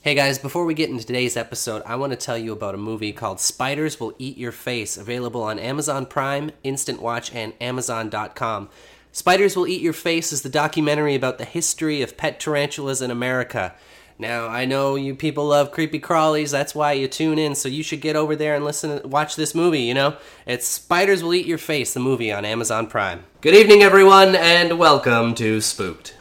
Hey guys, before we get into today's episode, I want to tell you about a movie called Spiders Will Eat Your Face, available on Amazon Prime, Instant Watch, and Amazon.com. Spiders Will Eat Your Face is the documentary about the history of pet tarantulas in America. Now, I know you people love creepy crawlies, that's why you tune in, so you should get over there and listen watch this movie, you know? It's Spiders Will Eat Your Face, the movie on Amazon Prime. Good evening everyone and welcome to Spooked.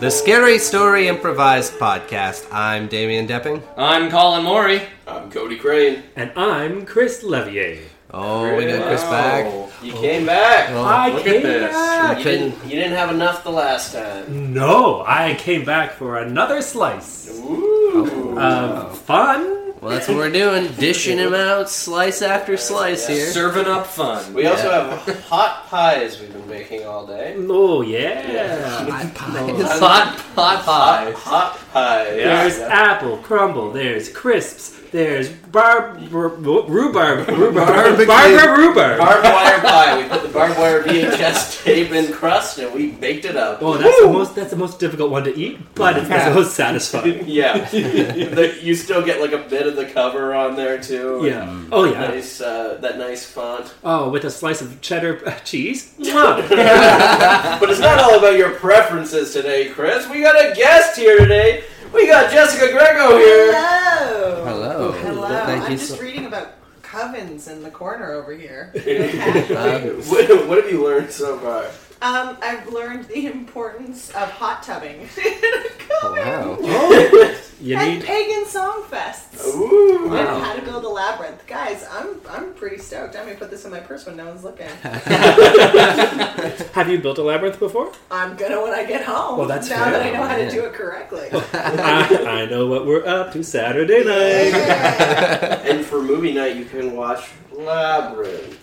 The Scary Story Improvised Podcast. I'm Damian Depping. I'm Colin Morey. I'm Cody Crane. And I'm Chris Levier. Oh, we got Chris back. You came back. I Look came at this. back. You didn't, you didn't have enough the last time. No, I came back for another slice Ooh. of fun. Well, that's what we're doing. Dishing him out slice after slice here. Serving up fun. we also have hot pies we've been making all day. Oh yeah. Hot pot Hot, pie. hot pie. There's apple crumble. There's crisps. There's barb ru- rhubarb rhubarb Barbecue. barb rhubarb. Barbed wire pie. We put the barbed wire VHS tape in crust and we baked it up. Oh, that's the most that's the most difficult one to eat, but it's the most satisfying. Yeah. The- you still get like a bit of the cover on there too. Yeah. Oh yeah. Nice, uh, that nice font. Oh, with a slice of cheddar uh, cheese. Mwah. But it's not all about your preferences today, Chris. We got a guest here today. We got Jessica Greco here. Hello. Hello. Hello. Well, thank I'm you just so- reading about covens in the corner over here. Um, what, what have you learned so far? Um, I've learned the importance of hot tubbing wow. Oh. You and need pagan song fests. Ooh. And how to build a labyrinth, guys. I'm I'm pretty stoked. I'm gonna put this in my purse when no one's looking. Have you built a labyrinth before? I'm gonna when I get home. Well, that's Oh, now fair. that I know how to Yeah. do it correctly. I, I know what we're up to Saturday night. Yeah. And for movie night, you can watch Labyrinth.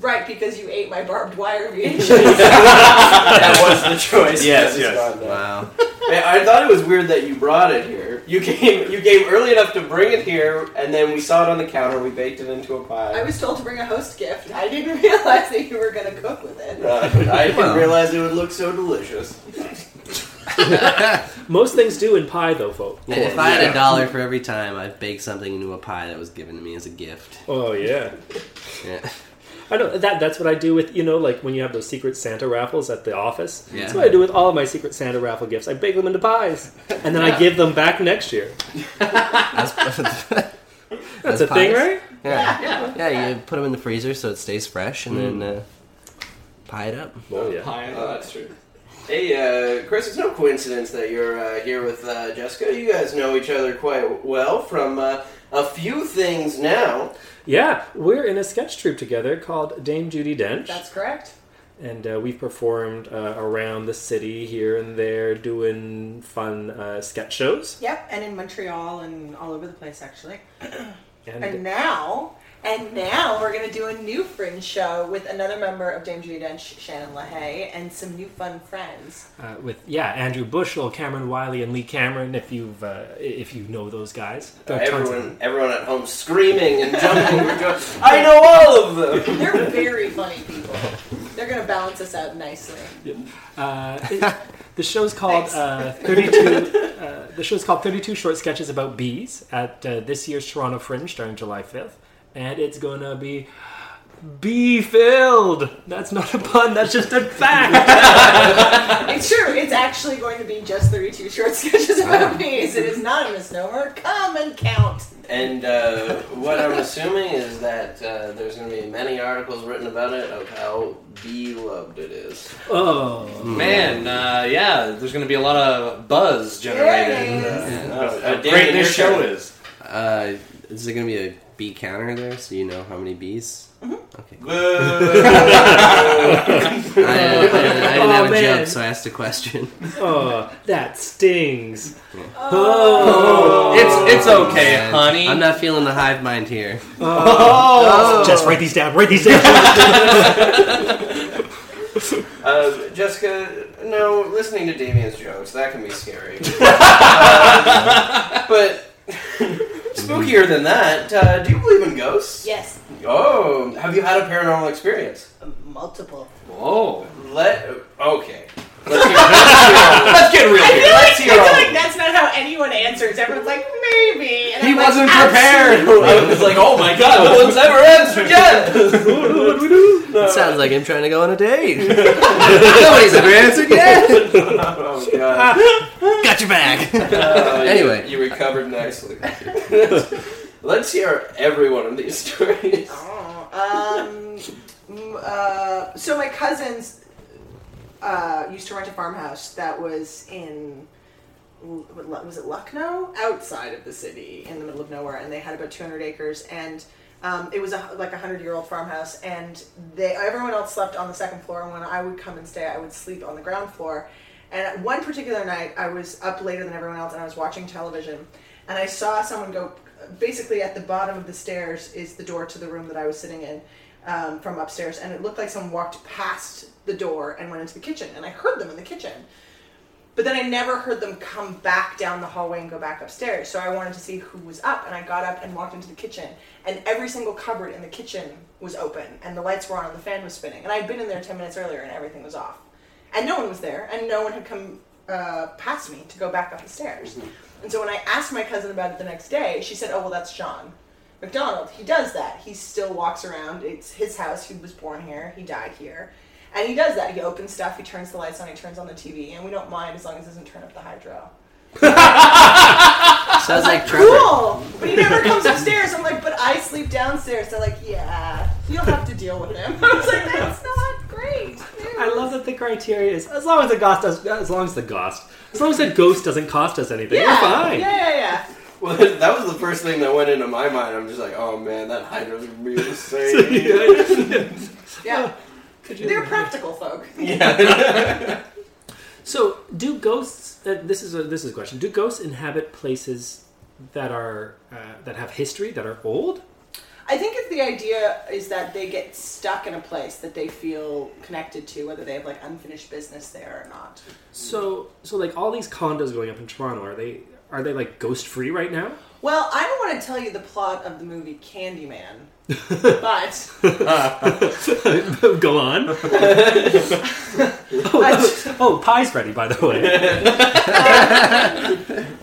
right, because you ate my barbed wire VHS. That was the choice. Yes, That was yes. on there. Wow. I I thought it was weird that you brought it here. You came, you came early enough to bring it here, and then we saw it on the counter. We baked it into a pie. I was told to bring a host gift. I didn't realize that you were gonna cook with it. Uh, I didn't Well. realize it would look so delicious. Most things do in pie, though, folks. If I had a dollar for every time I'd bake something into a pie that was given to me as a gift. Oh yeah, Yeah. I know that. That's what I do with you know, like when you have those Secret Santa raffles at the office. Yeah. That's what I do with all of my Secret Santa raffle gifts. I bake them into pies, and then I give them back next year. That's, That's a thing, right? Yeah. Yeah, you put them in the freezer so it stays fresh and Hmm. then uh, pie it up. Oh yeah. Pie, Uh, that's true. Hey, uh, Chris, it's no coincidence that you're uh, here with uh, Jessica. You guys know each other quite well from uh, a few things now. Yeah, we're in a sketch troupe together called Dame Judy Dench, That's correct. and uh, we've performed uh, around the city here and there, doing fun uh, sketch shows. Yep, and in Montreal and all over the place actually. And, And now, and now we're gonna do a new fringe show with another member of Dame Judy Dench, Shannon LaHaye, and some new fun friends. uh, with yeah Andrew Bushel, Cameron Wiley, and Lee Cameron. If you've uh, if you know those guys, There are tons of them. Uh, Everyone, everyone at home screaming and jumping. for joy. I know all of them. They're very funny people. They're gonna balance us out nicely. Uh, it- the show's called Thanks. uh, 32 uh, the show's called 32 short sketches about bees at uh, this year's toronto fringe starting july 5th and it's gonna be bee filled that's not a pun that's just a fact It's true. It's actually going to be just 32 short sketches about bees. It is not a misnomer. Come and count. And uh, what I'm assuming is that uh, there's going to be many articles written about it of how beloved it is. oh Man, uh, yeah, there's going to be a lot of buzz generated. There it is. Uh, How Damien, great you're this show gonna- is. Uh, is there going to be a bee counter there so you know how many bees? Okay. I, I, didn't have Oh, a man. joke, so I asked a question. oh that stings Oh. It's it's okay, And honey. I'm not feeling the hive mind here. oh, just write these down write these down Uh, Jessica, no, listening to Damien's jokes, that can be scary. Um, but Spookier than that, uh, do you believe in ghosts? Yes, Uh, Oh, have you had a paranormal experience? multiple. Whoa. Let okay. Let's hear, let's get real I here. feel, Let's like, hear I all feel of like it. that's not how anyone answers. Everyone's like, maybe. And He I'm like, wasn't absolutely. prepared. I was like, oh my god, no one's ever answered yet. It sounds like him trying to go on a date. Nobody's ever answered yet. oh god. Got your back. Uh, you- Anyway. you, recovered nicely. let's hear every one of these stories. Oh, um, mm, uh, so my cousins uh, used to rent a farmhouse that was in what lu- was it Lucknow, outside of the city, in the middle of nowhere, and they had about 200 acres, and um, it was a, like a hundred year old farmhouse, and they everyone else slept on the second floor, and when I would come and stay, I would sleep on the ground floor. And one particular night, I was up later than everyone else, and I was watching television, and I saw someone go. Basically, at the bottom of the stairs is the door to the room that I was sitting in um, from upstairs, and it looked like someone walked past the door and went into the kitchen, and I heard them in the kitchen. But then I never heard them come back down the hallway and go back upstairs. So I wanted to see who was up, and I got up and walked into the kitchen, and every single cupboard in the kitchen was open, and the lights were on, and the fan was spinning, and I'd been in there ten minutes earlier, and everything was off, and no one was there, and no one had come uh, past me to go back up the stairs. And so when I asked my cousin about it the next day, she said, "Oh well, that's John McDonald. He does that. He still walks around. It's his house. He was born here. He died here." And he does that. He opens stuff, he turns the lights on, he turns on the TV, and we don't mind as long as it doesn't turn up the hydro. Sounds like Trevor. Cool! But he never comes upstairs. I'm like, but I sleep downstairs. They're like, yeah, you'll have to deal with him. I was like, that's not great. I love that the criteria is as long as the ghost does, as long as the ghost, as long as the ghost doesn't cost us anything, Yeah, we're fine. yeah, yeah, yeah. Well, that was the first thing that went into my mind. I'm just like, oh man, that hydra's really So, insane. yeah. yeah. Could you- They're practical folk. So, do ghosts? Uh, this is a this is a question. Do ghosts inhabit places that are uh, that have history that are old? I think if the idea is that they get stuck in a place that they feel connected to, whether they have like unfinished business there or not. So, so like all these condos going up in Toronto, are they are they like ghost free right now? Well, I don't want to tell you the plot of the movie Candyman, but Go on. oh, oh, pie's ready by the way.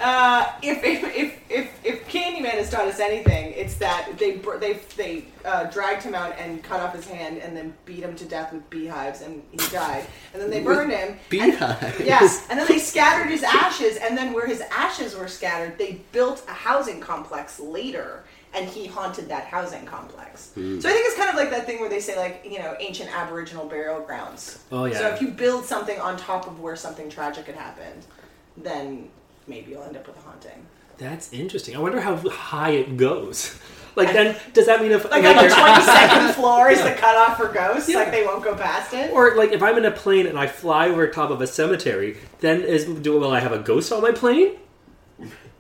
Uh, if, if, if, if, if Candyman has taught us anything, it's that they br- they, they uh, dragged him out and cut off his hand and then beat him to death with beehives and he died. And then they burned him. Beehive. Yes, and then they scattered his ashes, and then where his ashes were scattered, they built a housing complex later, and he haunted that housing complex. Hmm. So I think it's kind of like that thing where they say, like, you know, ancient Aboriginal burial grounds. Oh, yeah. So if you build something on top of where something tragic had happened, then maybe you'll end up with a haunting. That's interesting. I wonder how high it goes. Like then, does that mean if Like, on like, the 22nd you're- floor is the cutoff for ghosts, Yeah. like, they won't go past it. Or like if I'm in a plane and I fly over top of a cemetery, then is do will I have a ghost on my plane?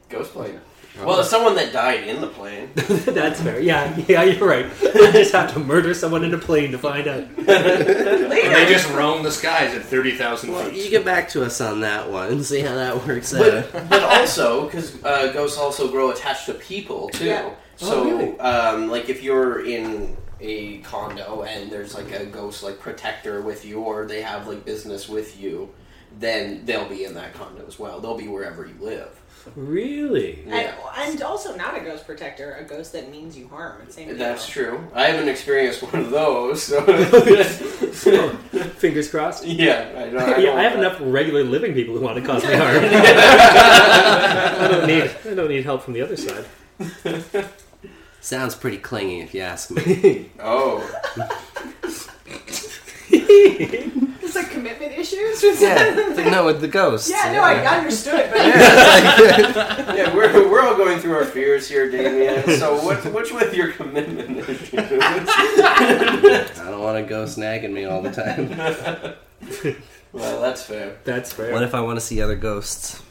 Ghost plane. Well, it's someone that died in the plane. That's fair. Yeah, yeah, you're right. I just have to murder someone in a plane to find out. Later. And they just roam the skies at 30,000 Well, you feet. get back to us on that one. See how that works out. But, but also, because uh, ghosts also grow attached to people too. Yeah. So, Oh, really? um, like if you're in a condo and there's like a ghost like protector with you, or they have like business with you, then they'll be in that condo as well. They'll be wherever you live. Really? And, Yeah. and also not a ghost protector, a ghost that means you harm. It's same deal. That's true. I haven't experienced one of those. So Fingers crossed. yeah, I, don't, I, Yeah, don't- I have enough regular living people who want to cause me harm. I don't need. I don't need help from the other side. Sounds pretty clingy, if you ask me. Oh, It's like commitment issues. yeah, it's like, no, with the ghosts. Yeah, no, I understood, but yeah. We're, we're all going through our fears here, Damien. So what, what's with your commitment? I don't want a ghost nagging me all the time. well, that's fair. That's fair. what if I want to see other ghosts?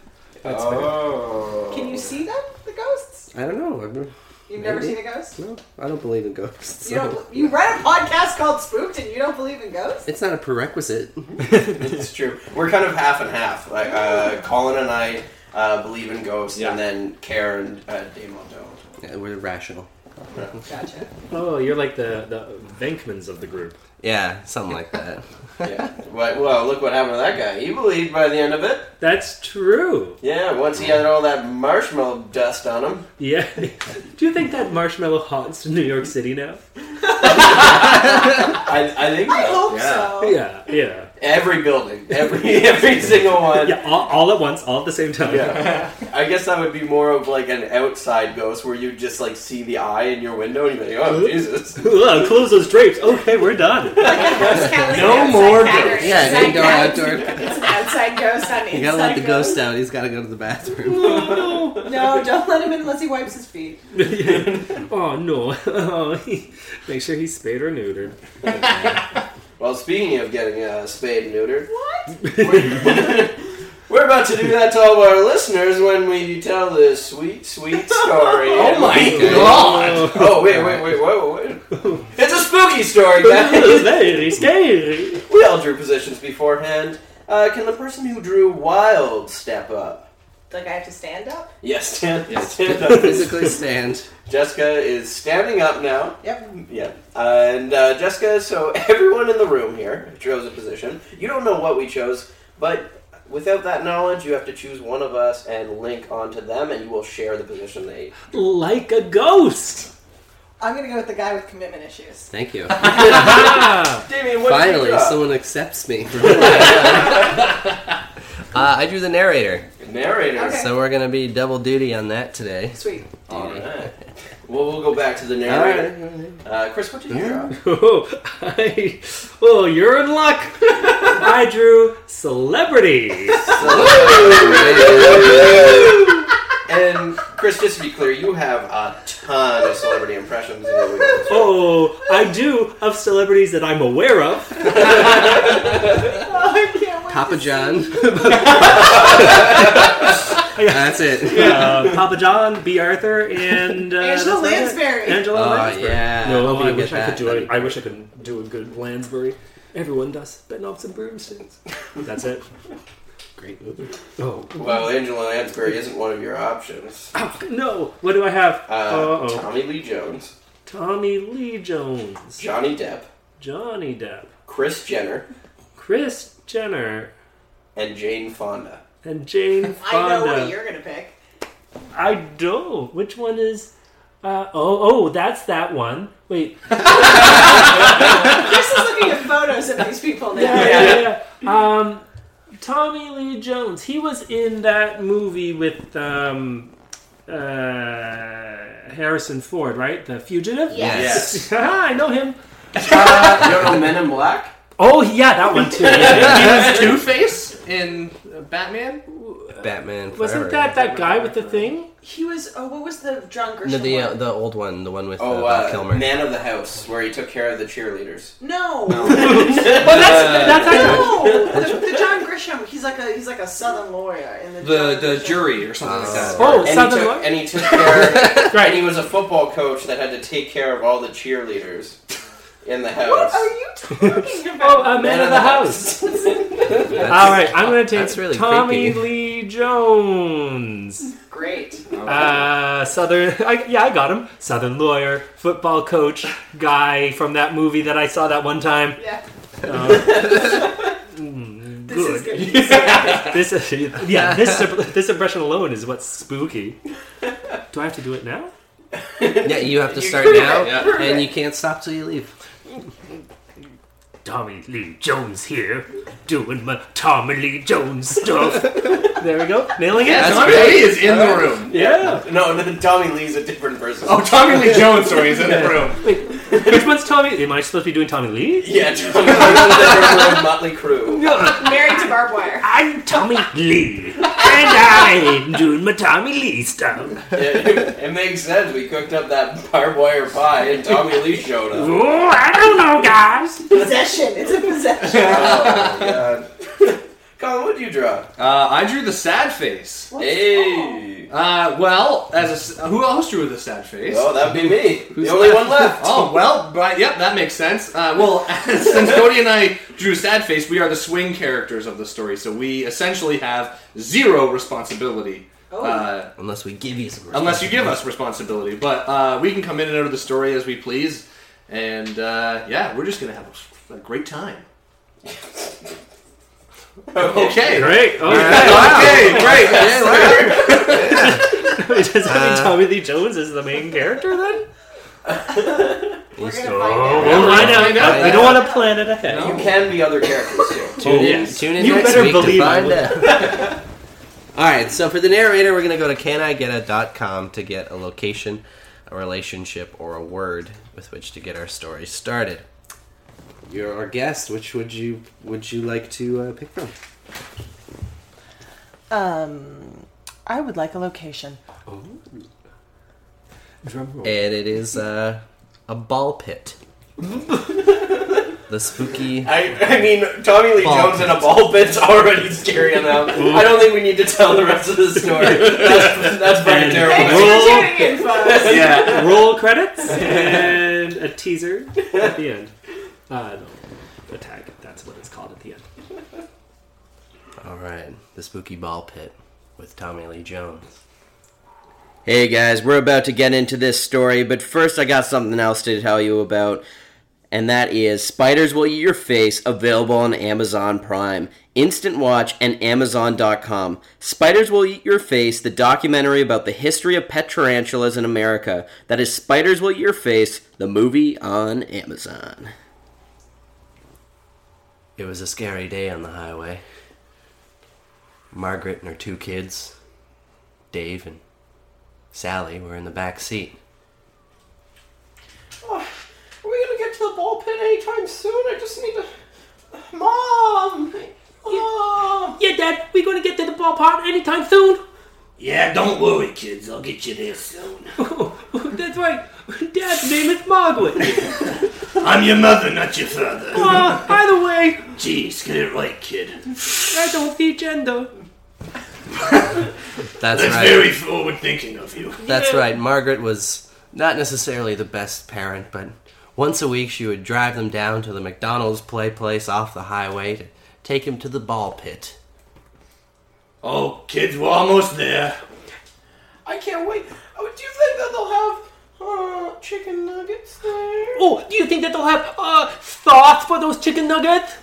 That's oh. can you see them? The ghosts? I don't know. I've- You've never Maybe. seen a ghost? No, I don't believe in ghosts. You so- don't. You read a podcast called Spooked, and you don't believe in ghosts? It's not a prerequisite. Mm-hmm. It's true. We're kind of half and half. Like uh, Colin and I uh, believe in ghosts, Yeah. and then Karen, uh, Damon don't. Yeah, we're rational. Gotcha. Oh, you're like the the Venkmans of the group. Yeah, something like that. Yeah. well, well, look what happened to that guy. He believed by the end of it. That's true. Yeah, once he had all that marshmallow dust on him. Yeah. Do you think that marshmallow haunts New York City now? I, I think I so. hope yeah. so. Yeah, yeah. Every building, every every single one. Yeah, all, all at once, all at the same time. Yeah. I guess that would be more of like an outside ghost where you just like see the eye in your window and you're like, oh Jesus. Ugh, close those drapes. Okay, we're done. No more ghosts. Yeah, indoor, outdoor. It's an outside ghost on You gotta let the ghost out. He's gotta go to the bathroom. No, no, don't let him in unless he wipes his feet. Oh no! Oh, he, make sure he's spayed or neutered. Well, speaking of getting uh, spayed and neutered, What? we're about to do that to all of our listeners when we tell this sweet, sweet story. oh my God. Oh wait, wait, wait, whoa, wait! It's a spooky story, guys. Very scary. we all drew positions beforehand. Uh, can the person who drew wild step up? Like I have to stand up? Yes, stand, Yes. stand up. Physically stand. Jessica is standing up now. Yep. Yeah. Uh, and uh, Jessica, so everyone in the room here chose a position. You don't know what we chose, but without that knowledge, you have to choose one of us and link onto them, and you will share the position they. Like a ghost. I'm gonna go with the guy with commitment issues. Thank you. Ah, Damien, what did you Finally, draw? someone accepts me. Uh, I drew the narrator, narrator. Okay. so we're gonna be double duty on that today. Uh, Sweet. All right. Well, we'll go back to the All narrator. right. Uh, Chris, what did you draw? oh, I, oh, you're in luck. I drew celebrities. and Chris, just to be clear, you have a ton of celebrity impressions. in your week. Oh, I do of celebrities that I'm aware of. Oh, I can't wait. Papa John. That's it. Uh, Papa John, B. Arthur, and uh, Angela that's about it. Lansbury. Angela Oh Lansbury. yeah. No, Hope I you wish get I could that. do That'd it. be I wish I could do a good Lansbury. Everyone does. Betting off some broomsticks. That's it. great. Oh Well, Angela Lansbury isn't one of your options. Uh, no! What do I have? Uh oh. Tommy Lee Jones, Tommy Lee Jones, Johnny Depp, Johnny Depp, Chris Jenner, Chris Jenner, and Jane Fonda. and Jane I know Fonda. what you're gonna pick. I don't. Which one is? Uh, oh, oh, that's that one. Wait, Chris is looking at photos of these people now. yeah, yeah, yeah. Um, Tommy Lee Jones. He was in that movie with um, uh, Harrison Ford, right? The Fugitive. Yes. Ah, I know him. you don't know Men in Black? Oh yeah, that one too. Yeah. Two Face in uh, Batman. Batman. Wasn't Forever. that that guy with the thing? He was. Oh, what was the John Grisham? No, the uh, one? the old one, the one with uh, Oh, Val uh, Kilmer. Man of the House, where he took care of the cheerleaders. no. Well, Uh, that's that's actually. No, the, the John Grisham. He's like a he's like a Southern lawyer in the The John the Grisham. jury or something like that. Oh, and, he Southern took, Lord. and he took care. and he Right. was a football coach that had to take care of all the cheerleaders in the What house. are you talking Oh, about? a man, of the house. All right, I'm going to take that's really Tommy creepy. Lee Jones. Great. Uh, Southern, I, yeah, I got him. Southern lawyer, football coach, guy from that movie that I saw that one time. Uh, mm, Yeah. this is Good. gonna be so- This, is- yeah, this this impression alone is what's spooky. Do I have to do it now? Yeah, you have to You- start now, Yeah. and you can't stop till you leave. Tommy Lee Jones here, doing my Tommy Lee Jones stuff. there we go, nailing it. That's Tommy great. Lee is in the room. yeah. No, no, Tommy Lee's a different person. Oh, Tommy Lee Jones, sorry, is in the room. Which one's Tommy? Am I supposed to be doing Tommy Lee? Yeah, Tommy Lee's a Motley Crue. married to barbed wire. I'm Tommy Lee, and I'm doing my Uh, Tommy Lee Oh, stuff. It, it makes sense. We cooked up that barbed wire pie, and Tommy Lee showed up. Oh, I don't know, guys. Possession. It's a possession. Oh, God. Colin, what do you draw? Uh, I drew the sad face. Hey. Uh, well, as a s who else drew the sad face? Oh, that'd be me. Who's the only one left. Oh well, but yep, that makes sense. Uh, well, since Cody and I drew sad face, we are the swing characters of the story, so we essentially have zero responsibility Oh. Uh, Unless we give you some unless you give us responsibility. But uh, we can come in and out of the story as we please. And uh, yeah, we're just going to have a, a great time. okay. Great. Oh, Okay, great. Uh, Does that mean Tommy Lee Jones is the main character then? We're gonna So- find out. We'll we're find gonna out. find out. We don't want to plan it ahead. No. Oh. You can be other characters too. Tune in, yes. tune in You next better week believe to I find will. out. All right, so for the narrator, we're going to go to canigeta.com to get a location, a relationship, or a word with which to get our story started. You're our guest. Which would you would you like to uh, pick from? Um, I would like a location. Drum roll. And it is uh, a ball pit. the spooky. I, I mean, Tommy Lee Ball Jones in a ball pit's already scary enough. I don't think we need to tell the rest of the story. That's, that's pretty And- Thanks terrible. Roll. for tuning in, folks. Yeah. Roll credits and a teaser at the end. Uh, no, a tag. That's what it's called at the end. All right, the spooky ball pit with Tommy Lee Jones. Hey guys, we're about to get into this story, but first I got something else to tell you about, and that is Spiders Will Eat Your Face, available on Amazon Prime, Instant Watch, and Amazon.com. Spiders Will Eat Your Face, the documentary about the history of pet tarantulas in America. That is Spiders Will Eat Your Face, the movie on Amazon. It was a scary day on the highway. Margaret and her two kids, Dave and Sally, were in the back seat. Oh, Are we gonna get to the ball pit anytime soon? I just need to. Mom! Mom! Yeah, Dad, we're going to get to the ballpark anytime soon. Yeah, don't worry, kids. I'll get you there soon. That's right. Dad's name is Margaret. I'm your mother, not your father. Uh, either way, Jeez, get it right, kid. I don't see gender. That's That's right. very forward thinking of you. That's right. Margaret was not necessarily the best parent, but once a week she would drive them down to the McDonald's play place off the highway to take them to the ball pit. Oh, kids, we're almost there. I can't wait. Oh, do you think that they'll have uh, chicken nuggets there? Oh, do you think that they'll have uh, sauce for those chicken nuggets?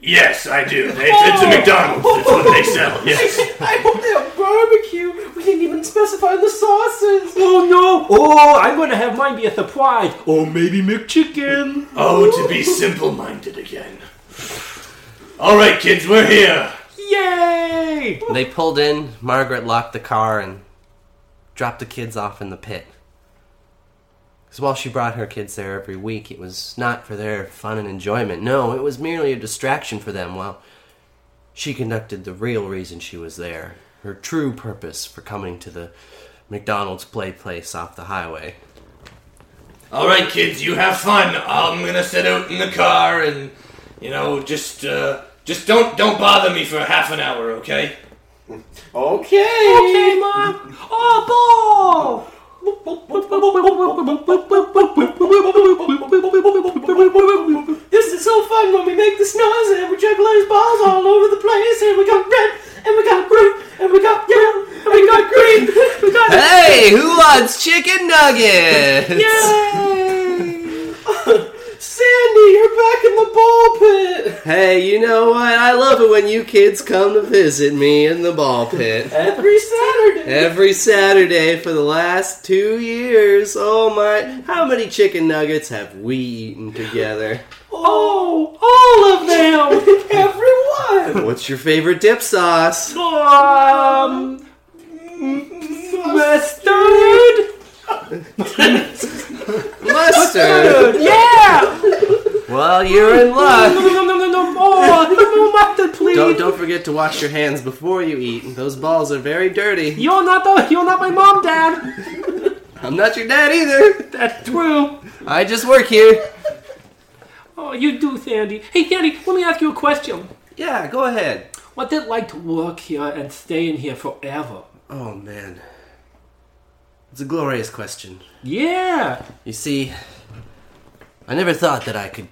Yes, I do. They, It's a McDonald's. It's what they sell. Yes. I hope they have barbecue. We didn't even specify the sauces. Oh no! Oh, I'm going to have mine be a surprise. Or maybe McChicken. Oh, to be simple minded again. All right, kids, we're here. Yay! When they pulled in, Margaret locked the car and dropped the kids off in the pit. Because while she brought her kids there every week, it was not for their fun and enjoyment. No, it was merely a distraction for them while she conducted the real reason she was there, her true purpose for coming to the McDonald's play place off the highway. All right, kids, you have fun. I'm gonna sit out in the car and, you know, just uh, just don't don't bother me for half an hour, okay? Okay. Okay, Mom. Oh, ball! This is so fun when we make this noise and we check those balls all over the place and we got red and we got blue and we got yellow and we got green. We got Hey, who wants chicken nuggets? Sandy. You're back in the ball pit. Hey, you know what? I love it when you kids come to visit me in the ball pit. Every Saturday. Every Saturday for the last two years. Oh my. How many chicken nuggets have we eaten together? Oh, all of them. Everyone. What's your favorite dip sauce? Um, mustard. Mustard! Yeah. Well, you're in No, luck. no, no, no, no. Oh, more mustard, please. Don't, don't forget to wash your hands before you eat. Those balls are very dirty. You're not the. You're not my mom, Dad. I'm not your dad either. That's true. I just work here. Oh, you do, Sandy. Hey, Sandy. Let me ask you a question. Yeah, go ahead. What's it like to work here and stay in here forever? Oh man. It's a glorious question. Yeah. You see, I never thought that I could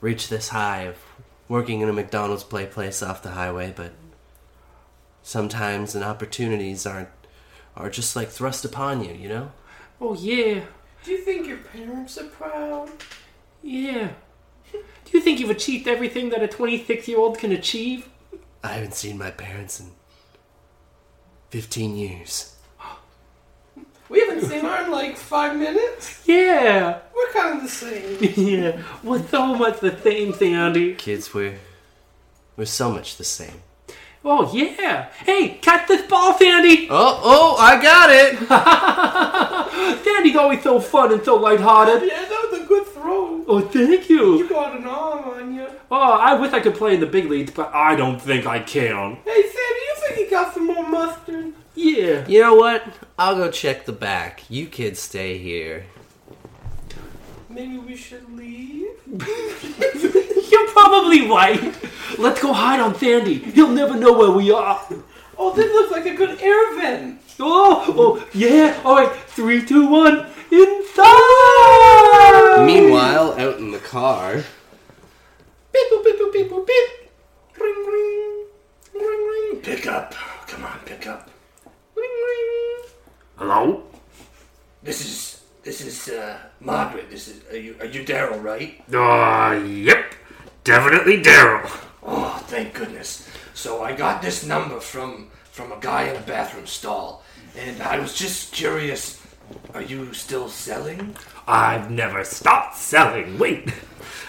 reach this high of working in a McDonald's play place off the highway, but sometimes and opportunities aren't are just like thrust upon you, you know? Oh yeah, Do you think your parents are proud? yeah. Do you think you've achieved everything that a 26 year old can achieve? I haven't seen my parents in 15 years. We haven't seen her in like five minutes. Yeah, We're kind of the same. yeah. We're so much the same, Sandy. Kids, we're we're so much the same. Oh yeah. Hey, catch this ball, Sandy. Oh, oh, I got it. Sandy's always so fun and so lighthearted. Yeah, that was a good throw. Oh, thank you. Got an arm on you. Oh, I wish I could play in the big leagues, but I don't think I can. Hey, Sam, you think you got some more mustard? Yeah. You know what? I'll go check the back. You kids stay here. Maybe we should leave. You're probably right. Let's go hide on Sandy. He'll never know where we are. Oh, this looks like a good air vent. Oh, oh, yeah. All right, three, two, one. Inside. Meanwhile, out in the car, Beep boop beep boop beep boop beep. Ring ring ring ring Pick up. Come on, pick up. ring ring. hello. This is this is uh, Margaret. This is are you are you Daryl, right? Uh, yep, definitely Daryl. Oh, thank goodness. So I got this number from from a guy in a bathroom stall, and I was just curious. Are you still selling? I've never stopped selling. Wait.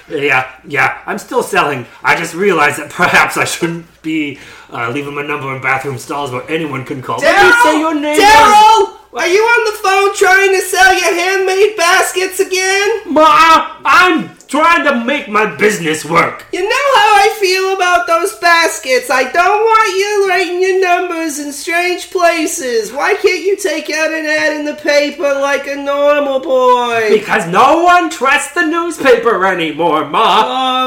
Yeah, yeah, I'm still selling. I just realized that perhaps I shouldn't be uh, leaving my number in bathroom stalls where anyone can call. Did you say your name Daryl, are you on the phone trying to sell your handmade baskets again? was- Ma, I'm trying to make my business work. You know how I feel about those baskets. I don't want you writing your numbers in strange places. Why can't you take out an ad in the paper like a normal boy? Because no one trusts the newspaper anymore, Ma.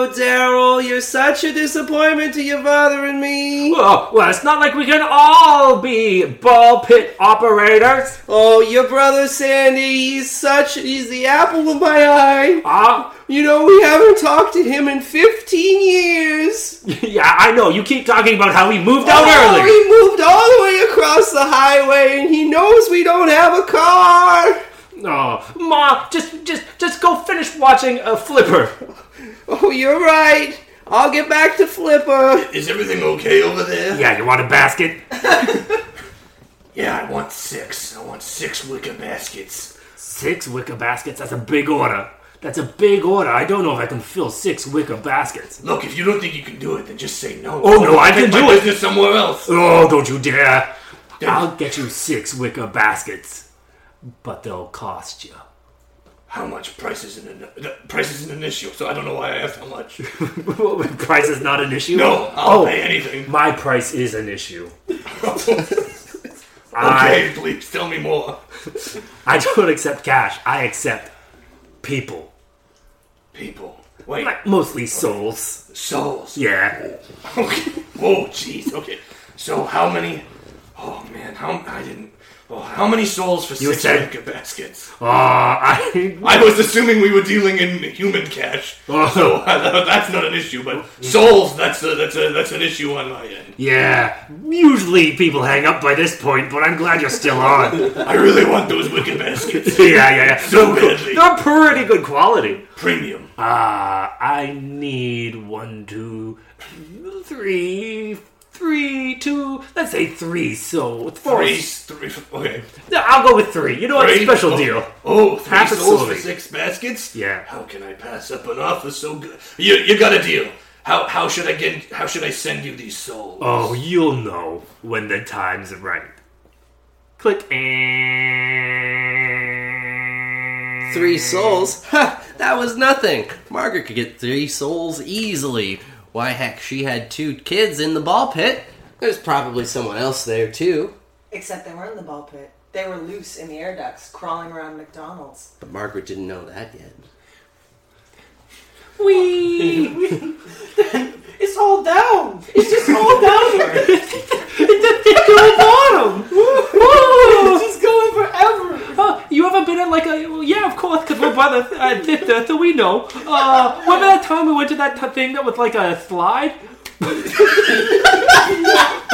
Oh, Daryl, you're such a disappointment to your father and me. Well, Oh, well, it's not like we can all be ball pit operators. Oh, your brother Sandy, he's such, he's the apple of my eye. Ah, You know, we haven't talked to him in 15 years. yeah, I know. You keep talking about how we moved out Oh, early. he moved all the way across the highway and he knows we don't have a car. Oh, Ma, just, just, just go finish watching a flipper. Oh, you're right. I'll get back to Flipper. Is everything okay over there? Yeah, you want a basket? Yeah, I want six. I want six wicker baskets. Six wicker baskets. That's a big order. That's a big order. I don't know if I can fill six wicker baskets. Look, if you don't think you can do it, then just say no. Oh, no, I Take can my do it. Business somewhere else. Oh, don't you dare! I'll get you six wicker baskets, but they'll cost you. How much? Price isn't an the price isn't an issue, so I don't know why I asked how much. price is not an issue. No, I'll Oh. pay anything. My price is an issue. I Okay, please tell me more. I don't accept cash. I accept people, People, wait, like mostly souls. souls. Yeah. Okay. Whoa, jeez. Okay. So how many? Oh man, how I didn't. Oh, how many souls for six said- Anka baskets? Oh, I I was assuming we were dealing in human cash, Oh. so uh, that's not an issue. But souls, that's a, that's a, that's an issue on my end. yeah. Usually people hang up by this point, but I'm glad you're still on. I really want those wicked baskets yeah, yeah, yeah. so badly. They're pretty good quality. Premium. Ah, I need one, two, three, three, two. Let's say three. So four. Three, three. Okay. No, I'll go with three. You know what? Three- Special oh, deal. Oh, three Half a souls for soldi. six baskets. Yeah. How can I pass up an offer so good? You, you got a deal. How, how should I get? How should I send you these souls? Oh, you'll know when the time's right. Click and Three souls? Ha! That was nothing. Margaret could get three souls easily. Why, heck, she had two kids in the ball pit. There's probably someone else there, too. Except they weren't in the ball pit. They were loose in the air ducts, crawling around McDonald's. But Margaret didn't know that yet. Wee! It's all down. It's just all down here. bottom. It's just going forever. Oh, you ever been at like a well, yeah, of course, because we're brother uh, sister, so we know. Uh, remember that time we went to that t- thing that was like a slide? But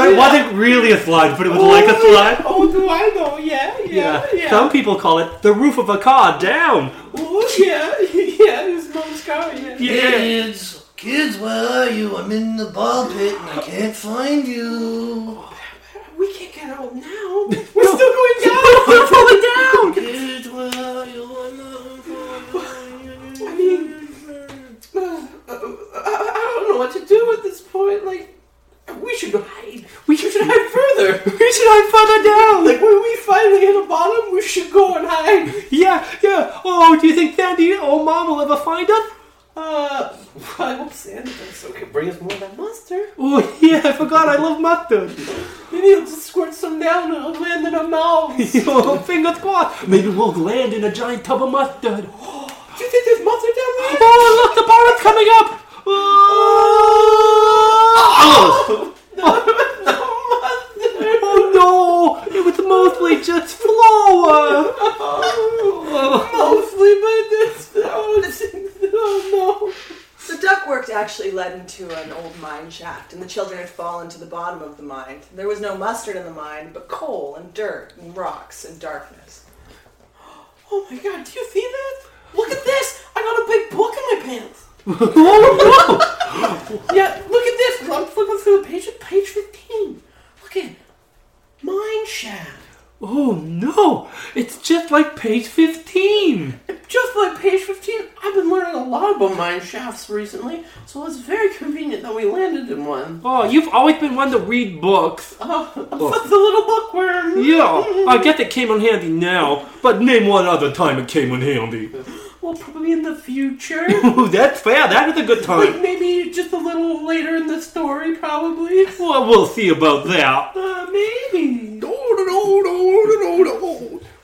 it wasn't really a slide, but it was like a slide. Oh, do I know? Yeah, yeah, yeah. Some people call it the roof of a car down. Oh, yeah, yeah. His mom's car. Yeah. Kids, kids, where are you? I'm in the ball pit and I can't find you. We can't get out now. We're still going down. We're falling down. Kids, where are you? I'm not I mean- Uh, uh, I I don't know what to do at this point. Like, we should hide. We should hide further. We should hide further down. Like when we finally hit the bottom, we should go and hide. yeah, yeah. Oh, do you think Sandy or Mom will ever find us? Uh, I hope Santa thinks so. Can bring us more of that mustard. Oh, yeah, I forgot. I love mustard. Maybe he'll just squirt some down and it'll land in our mouths. oh, fingers crossed. Maybe we'll land in a giant tub of mustard. Do you think there's mustard down there? Oh, look, the bar is coming up. Oh, Oh, no, it was mostly just flour. Mostly, but this. Oh, this- oh The ductwork actually led into an old mine shaft, and the children had fallen to the bottom of the mine. There was no mustard in the mine, but coal and dirt and rocks and darkness. no! Oh my god, do you see that? Look at this! I got a big book in my pants. Oh, no. Yeah, look at this. I'm flipping through the page. Page fifteen. Look at mine shaft. Oh, no, it's just like page 15. Just like page 15, I've been learning a lot about mine shafts recently, so it's very convenient that we landed in one. Oh, you've always been one to read books. Oh, but the little bookworm! Yeah, I guess it came in handy now, but name one other time it came in handy. Well, probably in the future. Ooh, that's fair. That was a good like time. maybe just a little later in the story, probably. Well, we'll see about that. Uh, maybe.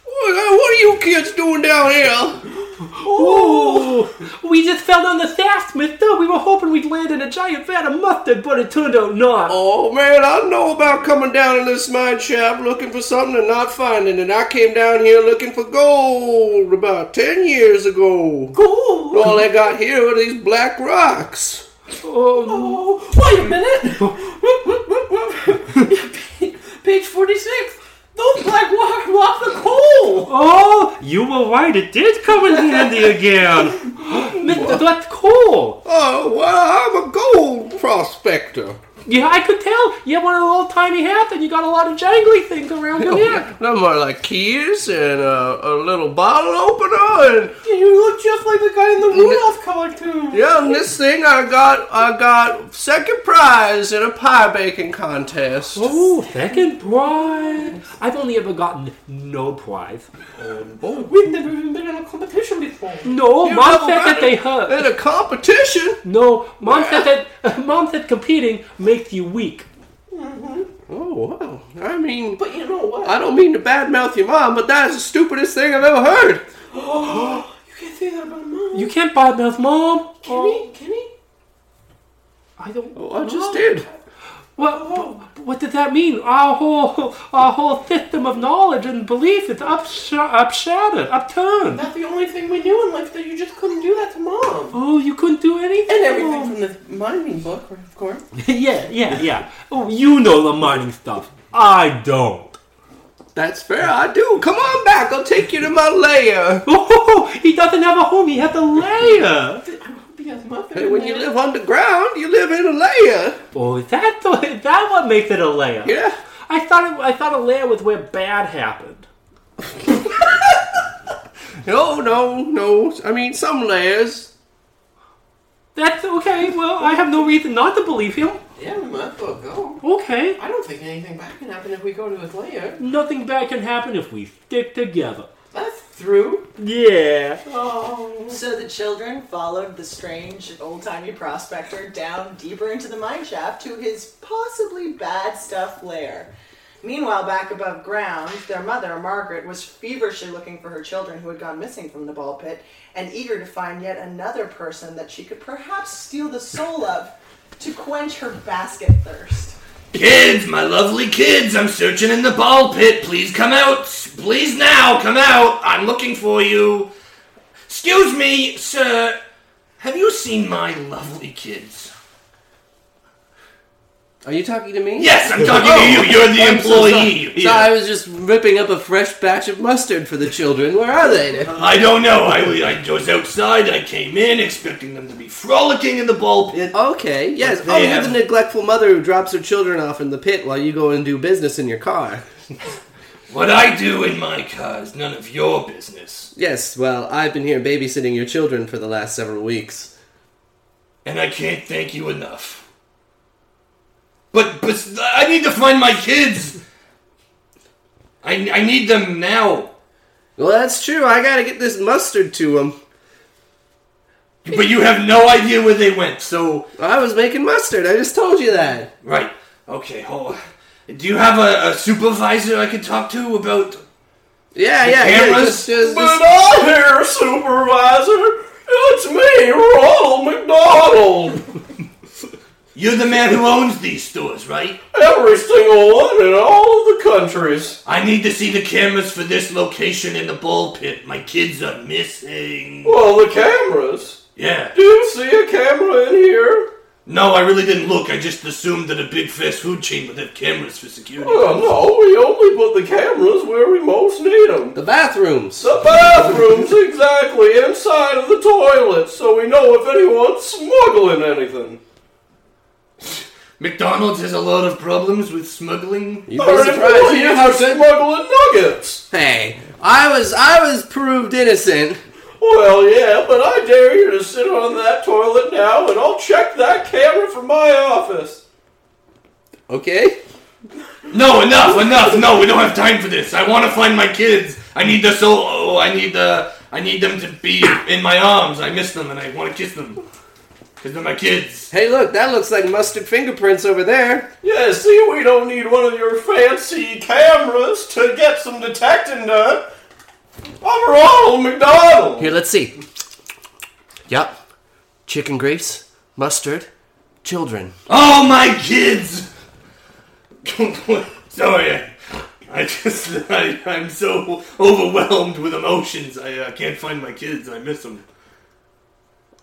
What are you kids doing down here? Ooh, Oh, we just fell down the shaft, mister. We were hoping we'd land in a giant vat of mustard, but it turned out not. Oh man, I know about coming down in this mine shaft looking for something and not finding it. I came down here looking for gold about ten years ago. Gold. All I got here were these black rocks. Oh, Oh, wait a minute! Page 46! Those black rocks rock the coal! oh, you were right. It did come in handy again. mister, that's cool. Oh, well, I'm a gold prospector. Yeah, I could tell. You have one of the little tiny hats, and you got a lot of jangly things around your neck. No more like keys and a, a little bottle opener and You look just like the guy in the Rudolph cartoon! yeah, and this thing I got I got second prize in a pie baking contest. Oh, second prize. I've only ever gotten no prize. Um, We've never even been in a competition before. No, You mom know said about that it. they hurt. In a competition? No, mom said that mom said competing makes you weak. Oh wow. I mean But you know what? I don't mean to badmouth your mom, but that is the stupidest thing I've ever heard. You can't say that about mom. You can't badmouth mom. Can we? Can we? I don't. Oh, Well, I just did. Well, what did that mean? Our whole our whole system of knowledge and belief is upsh- upshattered, upturned. That's the only thing we knew in life that you just couldn't do that to mom. Oh, you couldn't do anything. And everything from the mining book, of course. yeah, yeah, yeah. Oh, you know the mining stuff. I don't. That's fair, I do. Come on back, I'll take you to my lair. Oh, he doesn't have a home. He has a layer. Because mother. And when you live underground, you live in a lair. Oh, is that the, is that what makes it a layer? Yeah. I thought it, I thought a layer was where bad happened. No, no, no. I mean, some layers. That's okay. Well, I have no reason not to believe him. Yeah, we might as well go. Okay. I don't think anything bad can happen if we go to his lair. Nothing bad can happen if we stick together. That's through. Yeah. Oh. So the children followed the strange old timey prospector down deeper into the mine shaft to his possibly bad stuff lair. Meanwhile, back above ground, their mother, Margaret, was feverishly looking for her children who had gone missing from the ball pit and eager to find yet another person that she could perhaps steal the soul of to quench her basket thirst. Kids, my lovely kids, I'm searching in the ball pit. Please come out. Please now, come out. I'm looking for you. Excuse me, sir. Have you seen my lovely kids? Are you talking to me? Yes, I'm talking Oh. to you. You're the employee. So I was just ripping up a fresh batch of mustard for the children. Where are they? I don't know. I, I was outside. I came in expecting them to be frolicking in the ball pit. Okay, yes. They Oh, you're have- the neglectful mother who drops her children off in the pit while you go and do business in your car. What I do in my car is none of your business. Yes, well, I've been here babysitting your children for the last several weeks. And I can't thank you enough. But, but I need to find my kids. I, I need them now. Well, that's true. I gotta get this mustard to them. But you have no idea where they went, so. I was making mustard. I just told you that. Right. Okay, hold on. Do you have a, a supervisor I could talk to about. Yeah, yeah. yeah, cameras? just- just- just- I'm here, supervisor. It's me, Ronald McDonald. You're the man who owns these stores, right? Every single one in all of the countries. I need to see the cameras for this location in the ball pit. My kids are missing. Well, the cameras. Yeah. Do you see a camera in here? No, I really didn't look. I just assumed that a big fast food chain would have cameras for security. Well, Oh, no, we only put the cameras where we most need them. the bathrooms. The bathroom's exactly inside of the toilet, so we know if anyone's smuggling anything. McDonald's has a lot of problems with smuggling. You'd Or be if surprised. You know how employees are good. smuggling nuggets. Hey, I was I was proved innocent. Well, yeah, but I dare you to sit on that toilet now, and I'll check that camera from my office. Okay. No, enough, enough. No, we don't have time for this. I want to find my kids. I need the soul. Oh, I need the. I need them to be in my arms. I miss them and I want to kiss them. Because they're my kids. Hey, look, that looks like mustard fingerprints over there. Yeah, see, we don't need one of your fancy cameras to get some detecting done. I'm Ronald McDonald. Here, let's see. Yep. Chicken grease, mustard, children. Oh, my kids! Sorry, I- I just. I, I'm so overwhelmed with emotions. I uh, can't find my kids. I miss them.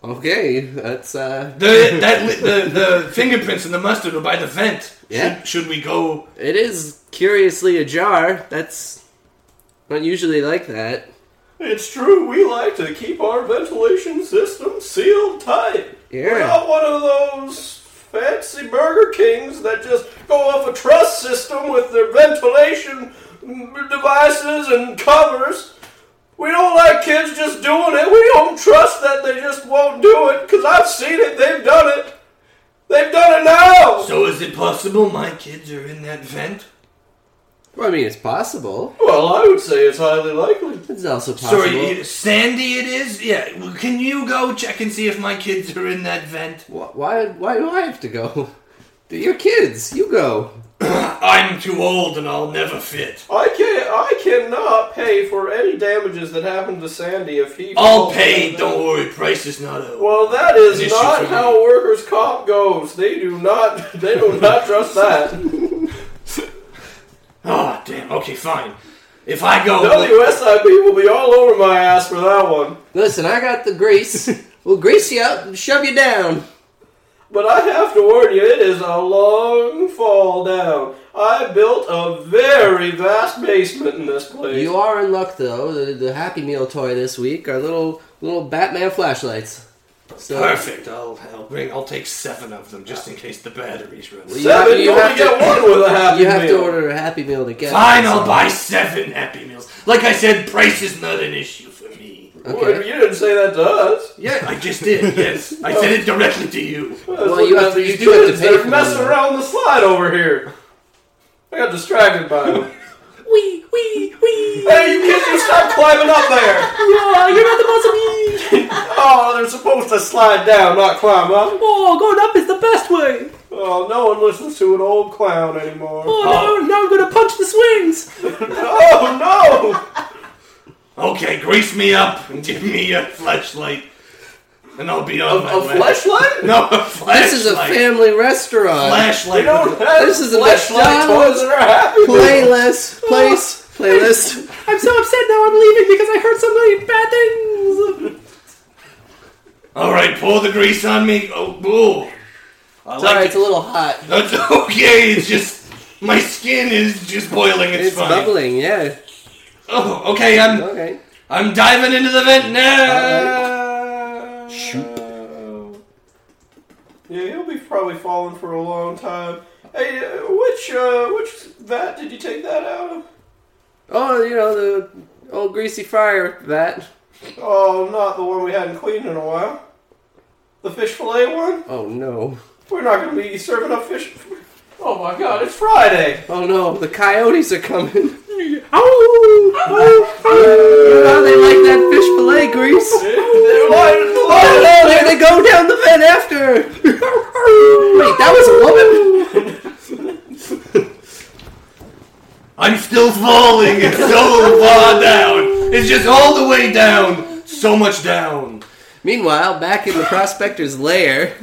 Okay, that's uh The, that, li- the, the fingerprints and the mustard are by the vent. Yeah. Should, should we go? it is curiously ajar. That's not usually like that. It's true, we like to keep our ventilation system sealed tight. We're Yeah. not one of those fancy Burger Kings that just go off a truss system with their ventilation mm, devices and covers. We don't like kids just doing it. We don't trust that they just won't do it because I've seen it. They've done it. They've done it now. So is it possible my kids are in that vent? Well, I mean, it's possible. well, I would say it's highly likely. It's also possible. Sorry, you- Sandy it is? Yeah, well, can you go check and see if my kids are in that vent? Wh- Why? Why do I have to go? Your kids, you go. I'm too old and I'll never fit. I can't. I cannot pay for any damages that happened to Sandy if he. I'll falls pay, in don't worry, price is not a. Well, that is An issue for not me. how workers' comp goes. They do not. They do not trust that. Oh, damn, okay, fine. If I go. WSIB will be all over my ass for that one. Listen, I got the grease. we'll grease you up and shove you down. But I have to warn you, it is a long fall down. I built a very vast basement in this place. You are in luck though. The, the Happy Meal toy this week are little little Batman flashlights. So Perfect, I'll, I'll bring, I'll take seven of them just in case the batteries run. out. you have- Seven, you you, only have to- get one with a happy you have meal. to order a Happy Meal to get. Fine, I'll buy seven Happy Meals. Like I said, price is not an issue for me. Well, Okay. you didn't say that to us. Yeah, I just did, yes. I said it directly to you. Well, you have to. You These do have to kids, pay they're for messing them. around the slide over here. I got distracted by them. Wee, wee, wee. Hey, you kids, you stop climbing up there! Yeah, you're not Oh, the boss of me. Oh, they're supposed to slide down, not climb up. Oh, going up is the best way. Oh, no one listens to an old clown anymore. Oh, no, now I'm going to punch the swings. Oh, Okay, grease me up and give me a flashlight, and I'll be on no! my A way. flashlight? No, a flashlight. This is a family restaurant. We flashlight. don't have This is a flashlight toys McDonald's that are happy. playlist. Place. Playlist. Oh. I'm so upset now I'm leaving because I heard so many bad things. All right, pour the grease on me. Oh, ooh. I Sorry, like it's a little hot. it. That's Uh, okay. It's just my skin is just boiling. It's, It's fine. bubbling, yeah. Oh, okay. I'm Okay. I'm diving into the vent now. Yeah, he'll be probably falling for a long time. Hey, uh, which uh, which vat did you take that out of? Oh, you know, the old greasy fire vat. Oh, not the one we hadn't cleaned in a while. The fish fillet one. Oh, no. We're not going to be serving up fish. Oh my God! It's Friday. Oh, no. The coyotes are coming. Oh, Oh, they like that fish fillet grease. Oh, no, there they go down the vent after. Wait, that was a woman? I'm still falling. It's so far down. It's just all the way down. So much down. Meanwhile, back in the prospector's lair.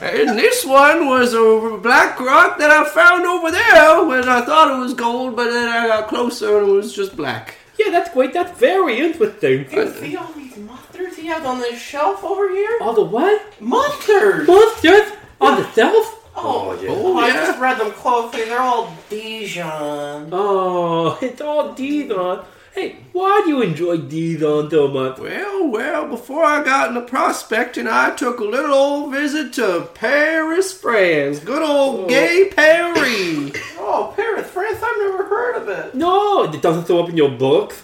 And this one was a black rock that I found over there when I thought it was gold, but then I got closer and it was just black. Uh, Yeah, that's quite that very interesting. See all these monsters he has on this shelf over here? All the what? Monsters! Monsters on the shelf? Oh, yeah. Oh, I yeah. just read them closely. They're all Dijon. Oh, it's all Didon. Hey, why do you enjoy Didon so much? Well, well, before I got into prospecting, I took a little old visit to Paris, France. Good Oh. old gay Paris. Oh, Paris, France, I've never heard of it. No, it doesn't show up in your books.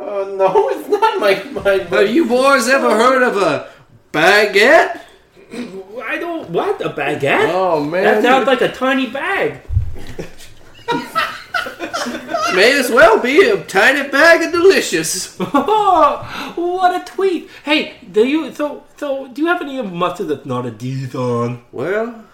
Uh, no, it's not my, my Have you boys ever heard of a baguette? I don't want a baguette. Oh, man. that sounds like a tiny bag. May as well be a tiny bag of delicious. Oh, what a tweet! Hey, do you so so? Do you have any mustard that's not a Didon? Well,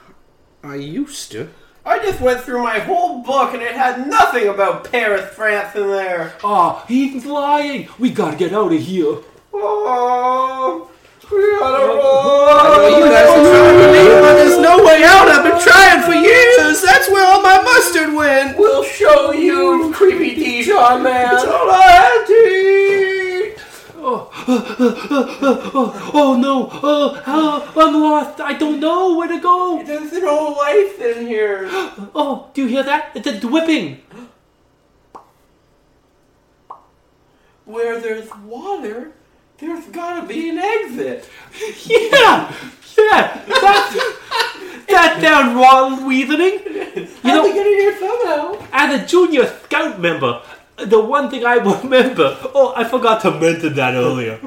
I used to. I just went through my whole book and it had nothing about Paris, France in there. Oh, he's lying. We gotta get out of here. Oh, we gotta Well, Oh, roll. you guys Oh, are trying to leave, but there's no way out. I've been trying for years. That's where all my mustard went. We'll show you, creepy Dijon man. Oh, oh, oh, oh, oh, oh, no! Oh, oh, I'm lost. I don't know where to go. There's no life in here. Oh, do you hear that? It's a whipping. Where there's water, there's gotta be an exit. Yeah, yeah. That that down wrong reasoning. You How'd know, they get in here somehow? As a junior scout member, the one thing I remember, oh, I forgot to mention that earlier.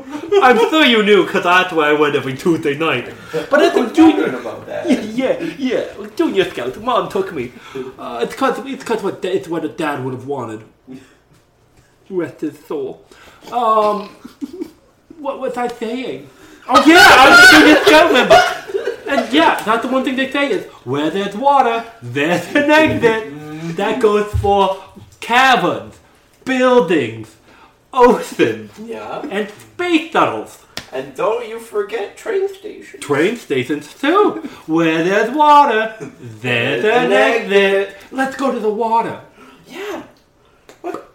I'm sure you knew because that's where I went every Tuesday night. But as a junior, about that. yeah, yeah, junior scout, mom took me. Uh, it's cause it's cause what da- it's what a dad would have wanted. Rest his soul. Um, what was I saying? Oh yeah, I was a junior scout member. And yeah, that's the one thing they say is where there's water, there's an exit. That goes for caverns, buildings, oceans, Yeah. and space shuttles. And don't you forget train station. Train stations too. Where there's water, there's an exit. Let's go to the water. Yeah. What?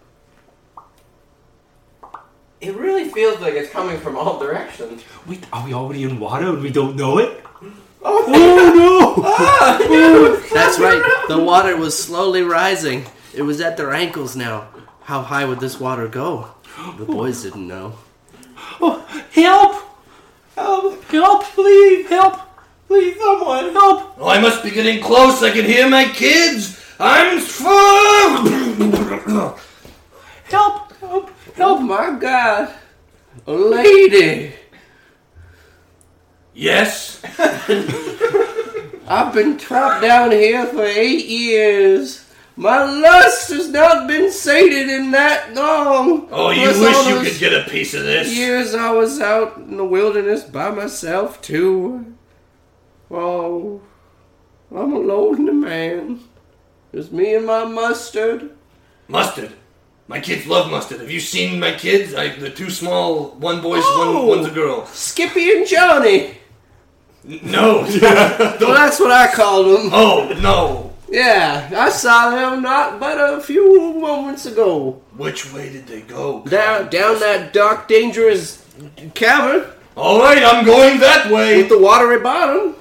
It really feels like it's coming from all directions. Wait, are we already in water and we don't know it? Oh, Oh That's right. The water was slowly rising. It was at their ankles now. How high would this water go? The boys didn't know. no! Oh, help! help! Help! Please help! Please, someone! Help! Oh, I must be getting close. I can hear my kids. I'm full. Help! Help! Oh Help! my god! A lady! yes. I've been trapped down here for eight years. My lust has not been sated in that long. Oh, you Plus all wish you those could get a piece of this. Years I was out in the wilderness by myself too. Oh, I'm a lonely man. Just me and my mustard. Mustard. My kids love mustard. Have you seen my kids? I, they're two small. One boy's Oh. one. One's a girl. Skippy and Johnny. N- No. Well, that's what I called them. oh no. Yeah, I saw them not but a few moments ago. Which way did they go? Down, down that dark, dangerous cavern All right, I'm going that way with the watery bottom.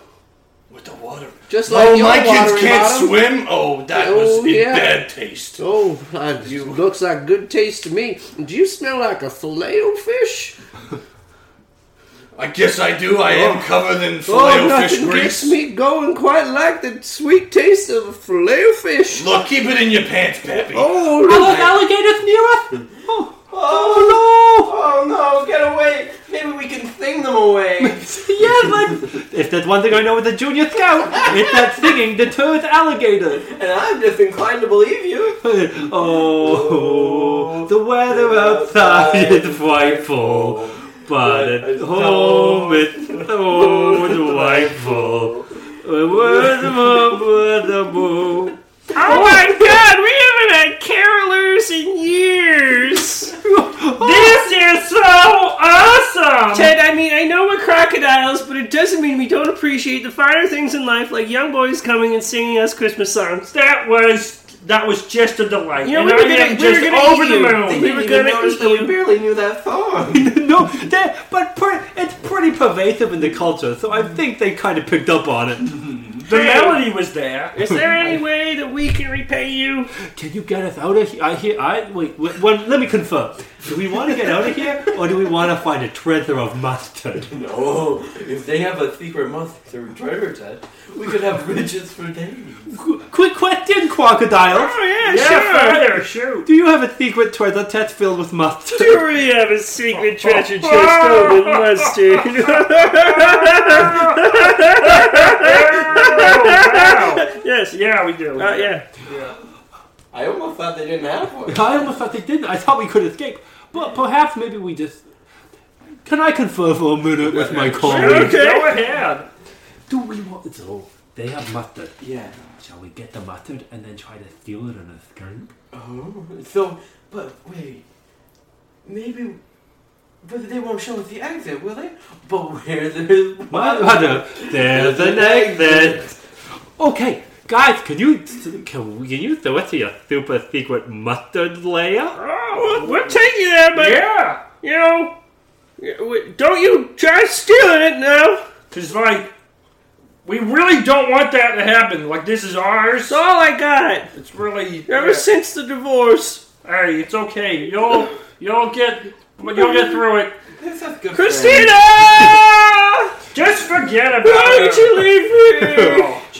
with the water. Just like Oh, your my kids watery can't bottom. swim. Oh, that Oh, was in yeah. bad taste. Oh, uh, you looks like good taste to me. Do you smell like a Oh, filet o fish? I guess I do. I am covered in filet Oh, fish nothing grease. gets me going quite like the sweet taste of a filet o fish. Look, keep it in your pants, Pappy. Oh, look, alligators near us? Oh no! Oh no! Get away! Maybe we can thing them away. yeah, but if there's one thing I know with a junior scout, it's that singing deters alligators. and I'm just inclined to believe you. Oh, the weather outside is frightful, but at home it's so delightful. Where's my brother Boo? Oh my god, we haven't had carolers in years! this is so awesome! Ted, I mean, I know we're crocodiles, but it doesn't mean we don't appreciate the finer things in life, like young boys coming and singing us Christmas songs. That was that was just a delight. You know, and we were I gonna- am we were just gonna over eat the you. moon. We were gonna gonna notice eat that you. we barely knew that song. no, that, but per, it's pretty pervasive in the culture, so I think they kind of picked up on it. The melody was there. Is there any way that we can repay you? Can you get us out of here? I hear. I wait. wait one, let me confirm. Do we want to get out of here, or do we want to find a treasure of mustard? no, if they have a secret month to treasure, Ted, we could have riches for days. Qu- quick question, Oh, crocodile. yeah, Oh, sure. Father, shoot. Do you have a secret treasure chest filled with mustard? Do we have a secret treasure chest over mustard? yes, yeah, we do. Uh, yeah. I almost thought they didn't have one. I almost thought they didn't. I thought we could escape, but perhaps maybe we just. Can I confer for a minute with my colleague? Go ahead. Do we want it all? They have mustard. Yeah. Shall we get the mustard and then try to steal it and escape? Oh, so, but wait, maybe, but they won't show us the exit, will they? But where there's What? what the- There's an exit. Okay, guys, can you can, we- can you throw it to your super secret mustard layer? Oh, we'll, we'll take you there, but yeah, you know, we- don't you try stealing it now. Cause like, we really don't want that to happen. Like, this is ours. It's all I got. It's really ever since the divorce. Hey, it's okay. You'll you'll get you'll get through it. This is good. Christina, just forget about Why it. Why did you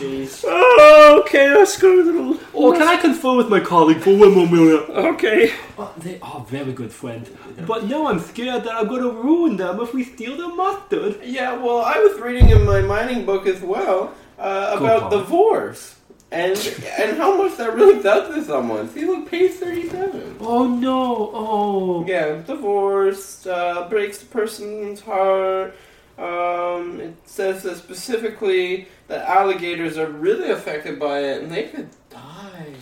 leave me? Jeez. Oh, okay. Let's go to the. Or can I confer with my colleague for one more minute? Okay. Oh, they are very good friends, but now I'm scared that I'm gonna ruin them if we steal their mustard. Yeah, well, I was reading in my mining book as well uh, Good about call. divorce and and how much that really does to someone. See, look, page thirty-seven. Oh no! Oh, Yeah, divorce uh, breaks the person's heart. Um, it says that specifically that alligators are really affected by it, and they could die.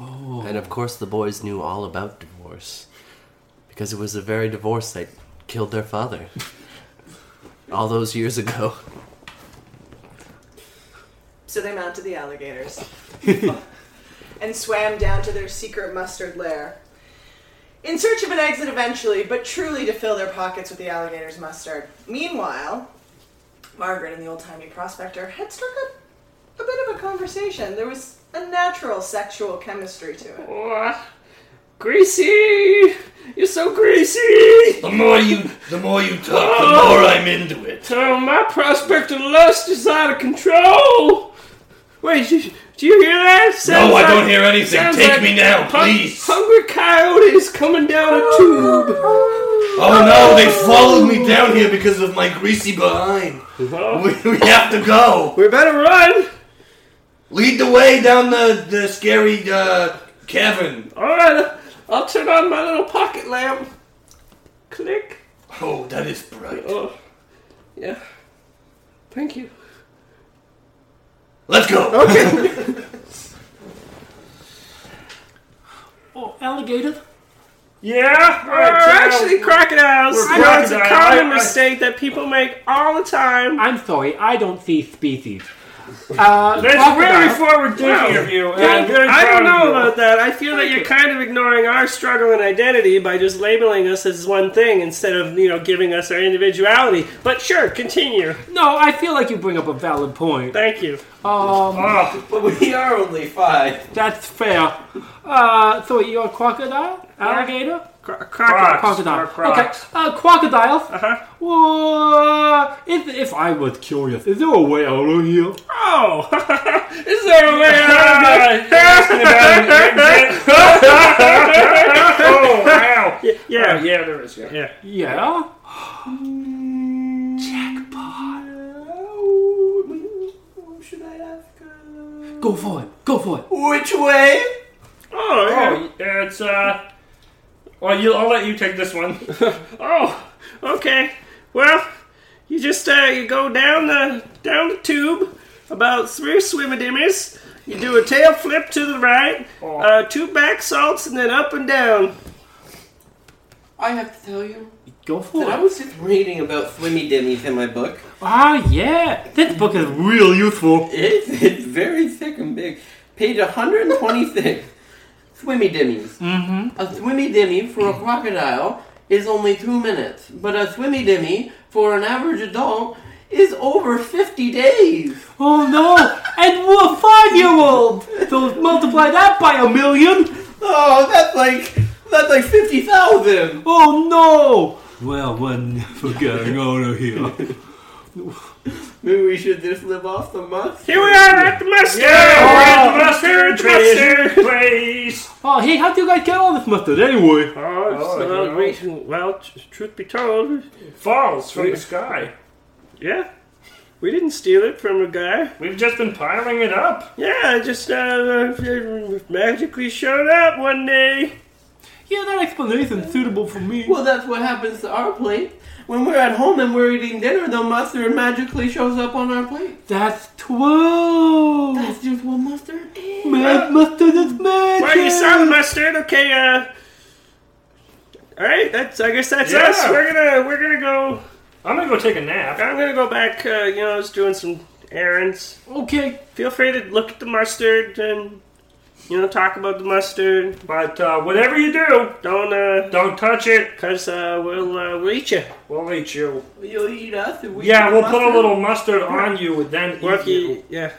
And of course, the boys knew all about divorce because it was the very divorce that killed their father all those years ago. So they mounted the alligators and swam down to their secret mustard lair. In search of an exit eventually, but truly to fill their pockets with the alligators' mustard. Meanwhile, Margaret and the old timey prospector had struck up a bit of a conversation. There was a natural sexual chemistry to it. Oh, greasy! You're so greasy! The Ah. more you, the more you talk, the more I'm into it. Oh, my prospect of lust is out of control! Wait, do you, do you hear that? Sounds No, I like- don't hear anything. sounds Take like me now, hu- please. Hungry coyotes coming down a tube! Oh no, they followed me down here because of my greasy behind. We, we have to go. We better run! Lead the way down the, the scary uh, cavern. Alright, I'll turn on my little pocket lamp. Click. Oh, that is bright. Oh, yeah. Thank you. Let's go. oh, alligator! Yeah, so- actually crocodiles. We're I know it's a crocodile. common I- I- mistake that people make all the time. I'm sorry, I don't see species. Uh, That's crocodile- very forward-thinking of you. and I'm very I don't proud of know you. about that. I feel that you're kind of ignoring our struggle and identity by just labeling us as one thing instead of, you know, giving us our individuality. But sure, continue. No, I feel like you bring up a valid point. Thank you. Um, Ah. Oh, But we are only five. that's fair. Uh, so you're a crocodile, alligator, Cro- crocodile. Crocs. crocodile. Or crocs. Okay, uh, crocodile. Uh-huh. Well, if, if I was curious, is there a way out of here? Oh! is there a way out of this? oh, wow. yeah, Yeah, yeah. yeah, there is. Yeah. yeah. Yeah. Should I have? Go for it. Go for it. Which way? Oh, yeah. It's, uh... Well, you, I'll let you take this one. Oh, okay. Well, you just uh, you go down the down the tube about three swimmerdimmies. You do a tail flip to the right, Oh. uh, two back salts, and then up and down. I have to tell you Go that for I it. was just reading about Thwimmy Dimmies in my book. Ah, yeah. This book is real useful. It's, it's very thick and big. Page 126. Thwimmy dimmies. Mm-hmm. A thwimmy dimmy for a crocodile is only two minutes, but a thwimmy dimmy for an average adult is over 50 days. Oh no! And we're a five-year-old. So multiply that by a million. Oh, that's like that's like 50,000. Oh no! Well, we're never getting out of here. Maybe we should just live off the month. Here we are at the mustard. Yeah, we're at the Here at the mustard mustard. place. Oh, hey, how do you guys get all this mustard anyway? Oh, Oh, so, you know. we- well, tr- truth be told, Falls from the sky. yeah, we didn't steal it from a guy. We've just been piling it up. Yeah, it just uh, magically showed up one day. Yeah, that explanation's suitable for me. Well, that's what happens to our plate. When we're at home and we're eating dinner, the mustard magically shows up on our plate. That's twelve. That's just what mustard is. Mad mustard is magic. Well, you saw the mustard. Okay. Uh, all right. That's. I guess that's Yeah. us. We're gonna. We're gonna go. I'm gonna go take a nap. I'm gonna go back. Uh, you know, I was doing some errands. Okay. Feel free to look at the mustard and you know talk about the mustard. But uh, whatever you do, Don't. Uh, don't touch it. Cause uh, we'll uh, we'll eat you. We'll eat you. You'll eat us. And we Yeah, eat we'll put a mustard. little mustard on you and then Well, if eat you. you- Yeah.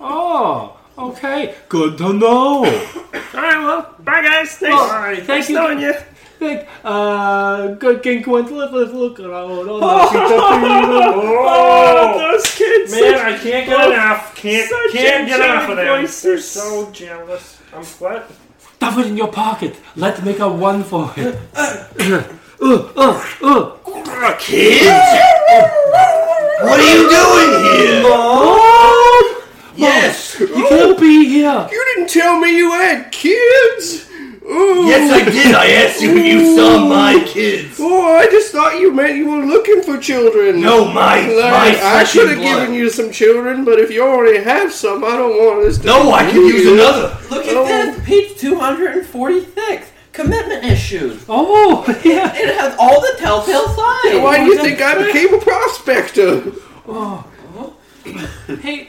Oh, okay. Good to know. All right. Well, bye guys. Thanks. Well, Nice thank you. knowing you. Think, uh, good King Quintlet, let's look around. Oh, no, she's up Oh, Oh, those kids. man, I can't get enough. Can't such can't get enough of them. angelic They're voices. so jealous. I'm what? to- Stuff it in your pocket. Let's make a one for it. uh, uh, uh. What are you doing here? Oh, Yes. you can't be here. You didn't tell me you had kids. Yes, I did. I asked you if you saw my kids. Oh, I just thought you meant you were looking for children. No, my my Larry, I flesh should and have blood. given you some children, but if you already have some, I don't want this. To No, I can Ooh. use another. Look at Oh. this, page 246. Commitment issues. Oh, yeah. It has all the telltale signs. Why do you think I became a prospector? Oh. Hey,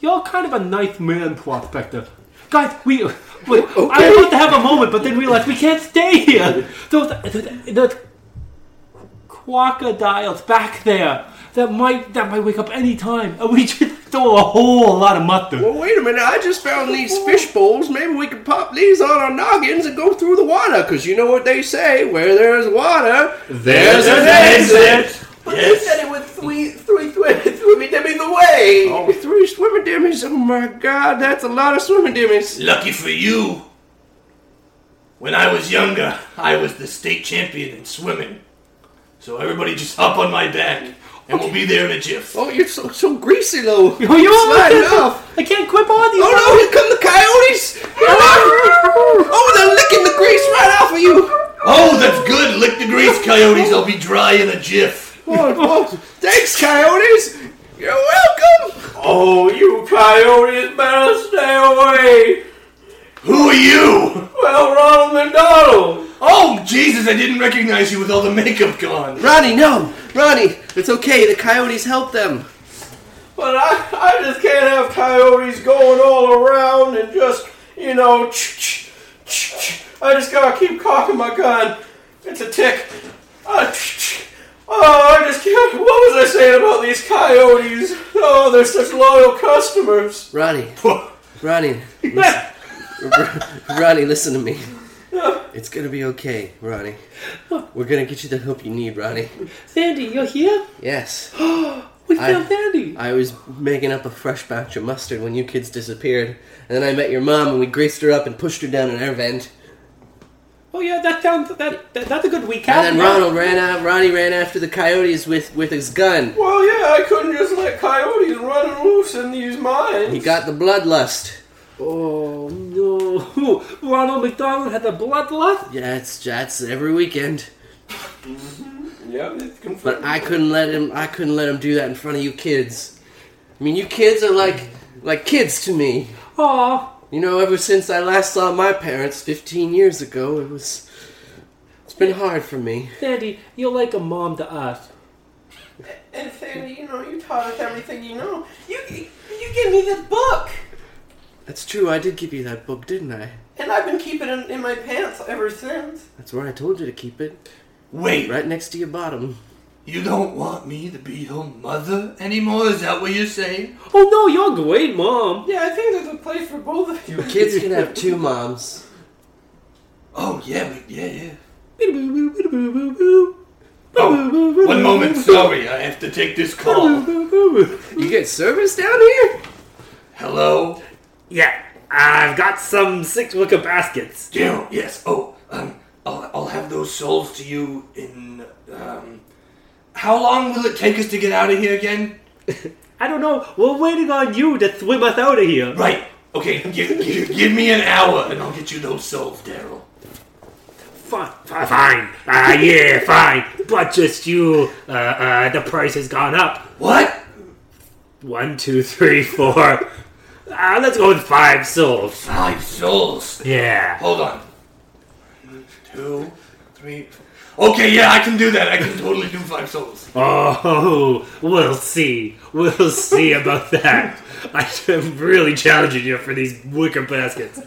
you're kind of a nice man, prospector. Guys, we. Wait, I Okay. want to have a moment, but then realized we can't stay here. Those, those, those crocodiles back there that might that might wake up any time, and we just throw a whole lot of mustard. Well, wait a minute. I just found these fish bowls. Maybe we can pop these on our noggins and go through the water. Because you know what they say: where there's water, there's an exit. But they said it with three, three, three, three, dimmies away. Oh, three swimming dimmies. Oh my God, that's a lot of swimming dimmies. Lucky for you, when I was younger, I was the state champion in swimming. So everybody just hop on my back, and we'll be there in a jiff. Oh, you're so so greasy though. Oh, you Slide almost it off. I can't quip on you. Oh no, here come the coyotes! Oh, they're licking the grease right off of you! Oh, that's good. Lick the grease, coyotes. I'll be dry in a jiff. Oh, oh, thanks, coyotes! You're welcome! Oh, you coyotes better stay away. Who are you? Well, Ronald McDonald. Oh, Jesus, I didn't recognize you with all the makeup gone. Ronnie, no! Ronnie, it's okay, the coyotes help them. But I, I just can't have coyotes going all around and just, you know, ch- ch- ch- ch- I just gotta keep cocking my gun. It's a tick. Uh, ch- ch- oh, I just can't. What was I saying about these coyotes? Oh, they're such loyal customers. Ronnie, Ronnie, listen, Ronnie, listen to me. It's gonna be okay, Ronnie. We're gonna get you the help you need, Ronnie. Sandy, you're here? Yes, We I- found Sandy. I was making up a fresh batch of mustard when you kids disappeared, and then I met your mom and we greased her up and pushed her down an air vent. Oh yeah, that sounds that, that that's a good recap. And then yeah. Ronald ran out. Ronnie ran after the coyotes with with his gun. Well, yeah, I couldn't just let coyotes run loose in these mines. He got the bloodlust. Oh no, Ronald McDonald had the bloodlust. Yeah, it's that's every weekend. Yeah, it's confirmed. But I couldn't let him. I couldn't let him do that in front of you kids. I mean, you kids are like like kids to me. Aw, You know, ever since I last saw my parents 15 years ago, it was it's been hard for me. Sandy, you're like a mom to us. And Fanny, you know, you taught us everything you know. You, you gave me this book, That's true. I did give you that book, didn't I? and I've been keeping it in my pants ever since. That's where I told you to keep it, Wait, right next to your bottom. you don't want me to be your mother anymore? Is that what you're saying? Oh no, you're great, mom. Yeah, I think there's a place for both of you. Kids can have two moms. Oh, yeah, but yeah, yeah. Oh, Oh, one moment, sorry, I have to take this call. You get service down here? Hello? Yeah, I've got some six wicker baskets. Daryl, yes. Oh, um, I'll, I'll have those souls to you in, um... How long will it take us to get out of here again? I don't know. We're waiting on you to swim us out of here. Right. Okay, give, give, give me an hour and I'll get you those souls, Daryl. Fine, fine, fine. Uh, yeah, fine. But just you. Uh, uh, the price has gone up. What? One, two, three, four. Uh, let's go with five souls. Five souls. Yeah. Hold on. Two, three. Okay, yeah, I can do that. I can totally do five souls. Oh, we'll see. We'll see about that. I am really challenging you for these wicker baskets.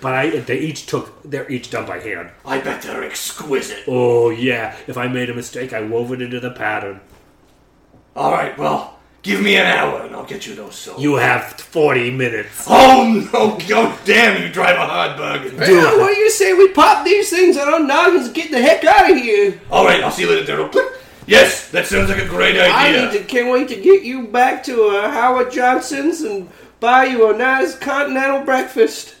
But I, they each took, they're each done by hand. I bet they're exquisite. Oh yeah, if I made a mistake, I wove it into the pattern. All right, well, give me an hour and I'll get you those souls. You have 40 minutes. Oh no! God damn! You drive a hard bargain. Yeah, what do you say we pop these things on our noggins and get the heck out of here? All right, I'll see you later, Daryl. Click. Yes, that sounds like a great I idea. need to, can't wait to get you back to uh, Howard Johnson's and buy you a nice continental breakfast.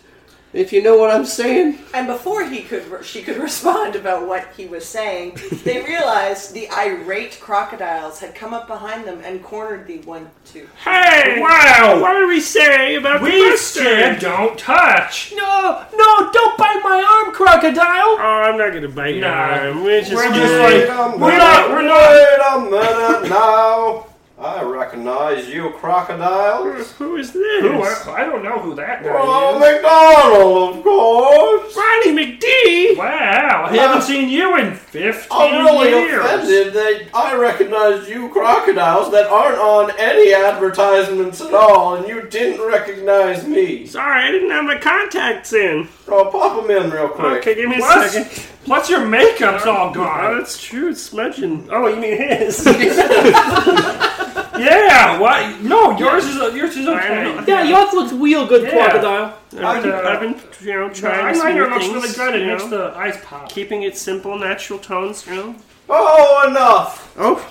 If you know what I'm saying. And before he could, re- she could respond about what he was saying. They realized the irate crocodiles had come up behind them and cornered the one, two. Hey! Wow! What did we say about we the said don't touch. No, no, don't bite my arm, crocodile! Oh, I'm not gonna bite you. Nah. We're just, We're just gonna- like- a We're not- we're not- Wait a minute now. I recognize you crocodiles. Who is this? Who? I, I don't know who that guy Ronald is. McDonald, of course. Ronnie McD. Wow! I haven't Uh, seen you in 15 I'm really years. offended that I recognize you crocodiles that aren't on any advertisements at all, and you didn't recognize me. Sorry, I didn't have my contacts in. Oh, pop them in real quick. Okay, give me a second. Plus, your makeup's all gone. that's true. It's smudging. Oh, you mean his? yeah. What? No, yours is yours is okay. Yeah, yours looks real good, Yeah. crocodile. I've been, I've been You know, trying to eyeliner smooth looks things, really good. It you makes know? the eyes pop. keeping it simple, natural tones. You know. Oh, enough! Oh,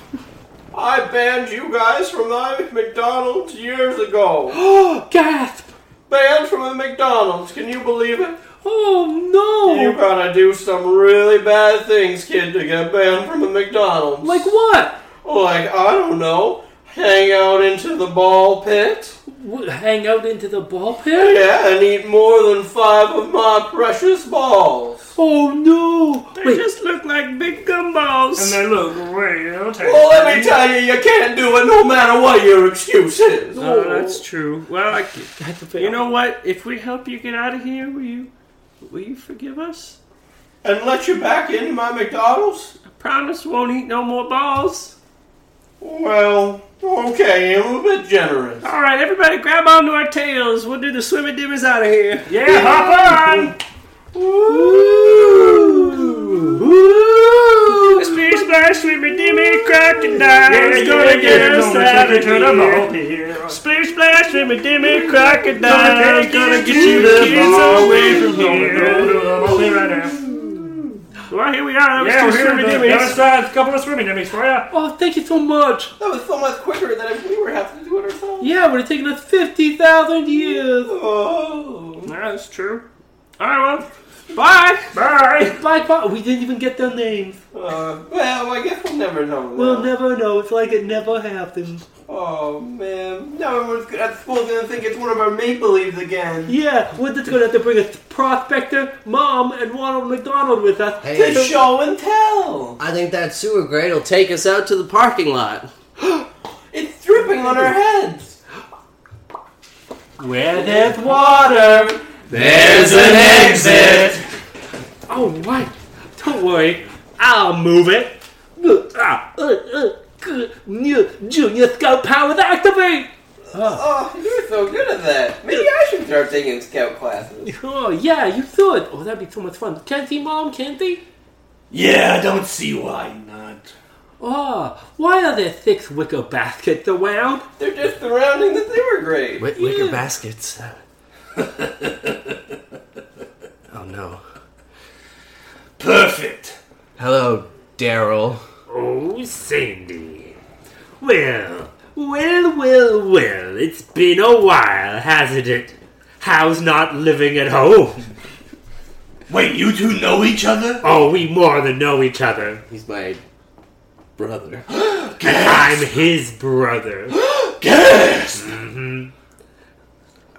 I banned you guys from the McDonald's years ago. Oh, gasp! banned from the McDonald's, can you believe it? Oh You no! gotta do some really bad things, kid, to get banned from the McDonald's. Like what? Like, I don't know, hang out into the ball pit? W- Hang out into the ball pit? Yeah, and eat more than five of my precious balls. Oh no! They Wait, just look like big gumballs. And they look real tasty. Well, let me tell you, you can't do it no matter what your excuse is. Oh, that's true. Well, I, that's a fail. you know what? If we help you get out of here, will you will you forgive us? And let you back into my McDonald's? I promise we won't eat no more balls. Well, okay, I'm a bit generous. All right, everybody, grab onto our tails. We'll do the swimming dimmies out of here. Yeah, hop on. Ooh. Splish, splash, swimmy dimmy, crocodile's gonna get us out of here. Splish, splash, swimmy dimmy, crocodile's gonna get you kids away from here. Oh, Well, here we are. That Yeah, was we're two here swimming to- dimmies. that was, uh, a couple of swimming dimmies for you. Oh, thank you so much. That was so much quicker than we were having to do it ourselves. Yeah, it would have taken us 50,000 years. Oh. Yeah, that's true. All right, well, bye. Bye. Black Box, we didn't even get their names. Uh, well, I guess we'll never know. We'll now. never know. It's like it never happened. Oh man, now everyone's gonna- at school's gonna think it's one of our maple leaves again. Yeah, we're just gonna have to bring a prospector, mom, and Ronald McDonald with us. Hey. To show and tell. I think that sewer grate will take us out to the parking lot. It's dripping on our heads. Where there's water. There's an exit. Oh right. Don't worry. I'll move it. Ah, uh, uh, good. New Junior Scout powers activate. Ah. Oh, you're so good at that. Maybe I should start taking scout classes. Oh yeah, you should. Oh, that'd be so much fun. Can't he, mom? Can't he? Yeah, I don't see why not. Oh, why are there six wicker baskets around? They're just surrounding the sewer grate. Wait, wicker Yeah. baskets. oh no. Perfect. Hello, Daryl. Oh, Sandy. Well, well, well, well, it's been a while, hasn't it? How's not living at home? Wait, you two know each other? Oh, we more than know each other. He's my brother. I'm his brother. Mm-hmm. Yes.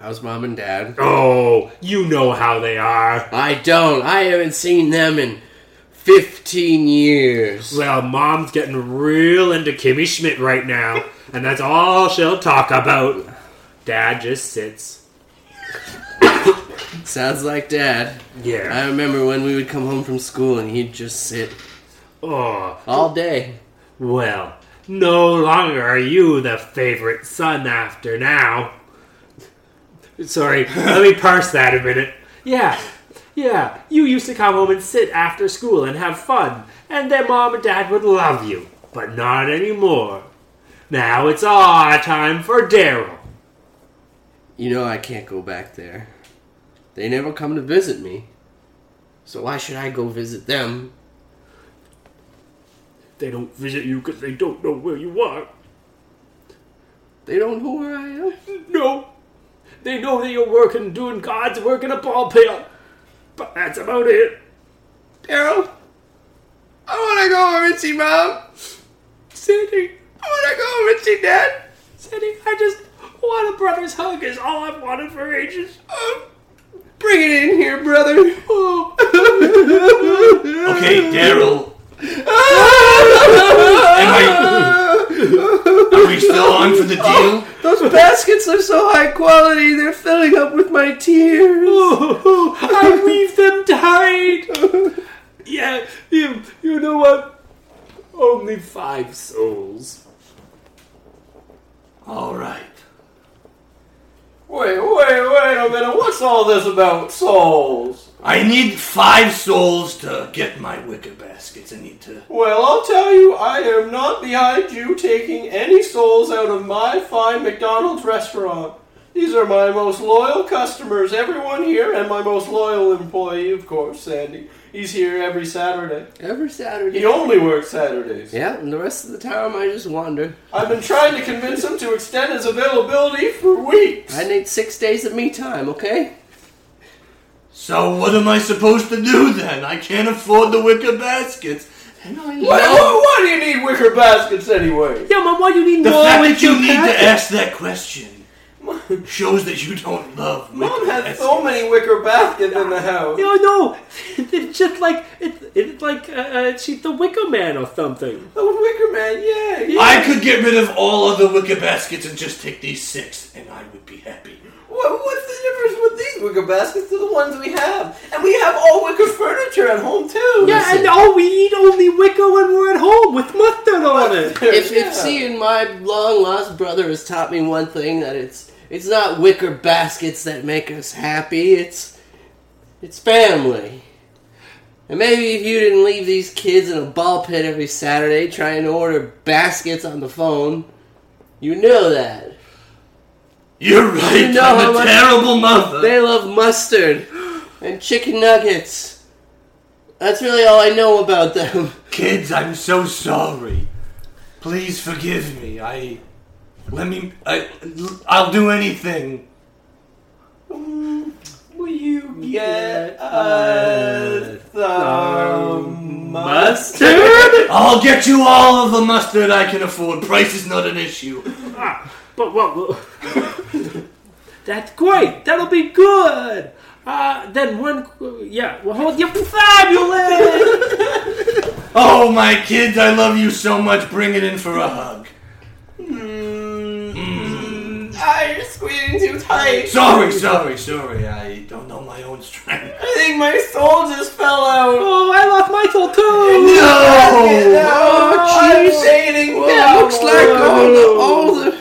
How's mom and dad? Oh, you know how they are. I don't. I haven't seen them in 15 years. Well, mom's getting real into Kimmy Schmidt right now, and that's all she'll talk about. Dad just sits. Sounds like dad. Yeah. I remember when we would come home from school and he'd just sit Oh, all day. Well, no longer are you the favorite son after now. Sorry, let me parse that a minute. Yeah, yeah, you used to come home and sit after school and have fun, and then mom and dad would love you, but not anymore. Now it's our time for Daryl. You know I can't go back there. They never come to visit me. So why should I go visit them? They don't visit you because they don't know where you are. They don't know where I am. No, they know that you're working, doing God's work in a ball pail, but that's about it. Daryl, I want to go over and see mom. Sandy, I want to go over and see dad. Sandy, I just want a brother's hug is all I've wanted for ages. Bring it in here, brother. Okay, Daryl. Am I? Are we still on for the deal? Those baskets are so high quality, they're filling up with my tears. Oh, I leave them tied. Yeah, you, you know what? Only five souls. All right. Wait, wait, wait a minute. What's all this about souls? I need five souls to get my wicker baskets. I need to. Well, I'll tell you, I am not behind you taking any souls out of my fine McDonald's restaurant. These are my most loyal customers, everyone here, and my most loyal employee, of course, Sandy. He's here every Saturday. Every Saturday. He only works Saturdays. Yeah, and the rest of the time I just wander. I've been trying to convince him to extend his availability for weeks. I need six days of me time, okay? So what am I supposed to do then? I can't afford the wicker baskets. And I Why, know- why, why do you need wicker baskets anyway? Yeah, Mom, why do you need The more fact with that you your need pack? to ask that question shows that you don't love wicker Mom has baskets. so many wicker baskets in the house. No, no. It's just like, it's, it's like uh, uh, she's the Wicker Man or something. The oh, wicker man, yeah. yeah. I could get rid of all other wicker baskets and just take these six, and I would be happy. What, what's the difference with these wicker baskets to the ones we have? And we have all wicker furniture at home too. Yeah, and all we eat only wicker when we're at home with mustard on it. There's- If, if seeing my long lost brother has taught me one thing, that it's it's not wicker baskets that make us happy. It's it's family. And maybe if you didn't leave these kids in a ball pit every Saturday trying to order baskets on the phone, you know that You're right. You know how I'm a much- terrible mother. they love mustard and chicken nuggets. That's really all I know about them. Kids, I'm so sorry. Please forgive me. I let me. I I'll do anything. Will you get a thumb? Mustard? I'll get you all of the mustard I can afford. Price is not an issue. Ah, But what? That's great. That'll be good. Uh, then one, yeah. Well, hold your fabulous. Oh my kids, I love you so much. Bring it in for a hug. Mm, Ah, you're squeezing too tight. Sorry, sorry, sorry. I don't know my own strength. I think my soul just fell out. oh, I lost my soul too. No. Oh, I'm fading Yeah, down. it looks like all the, all the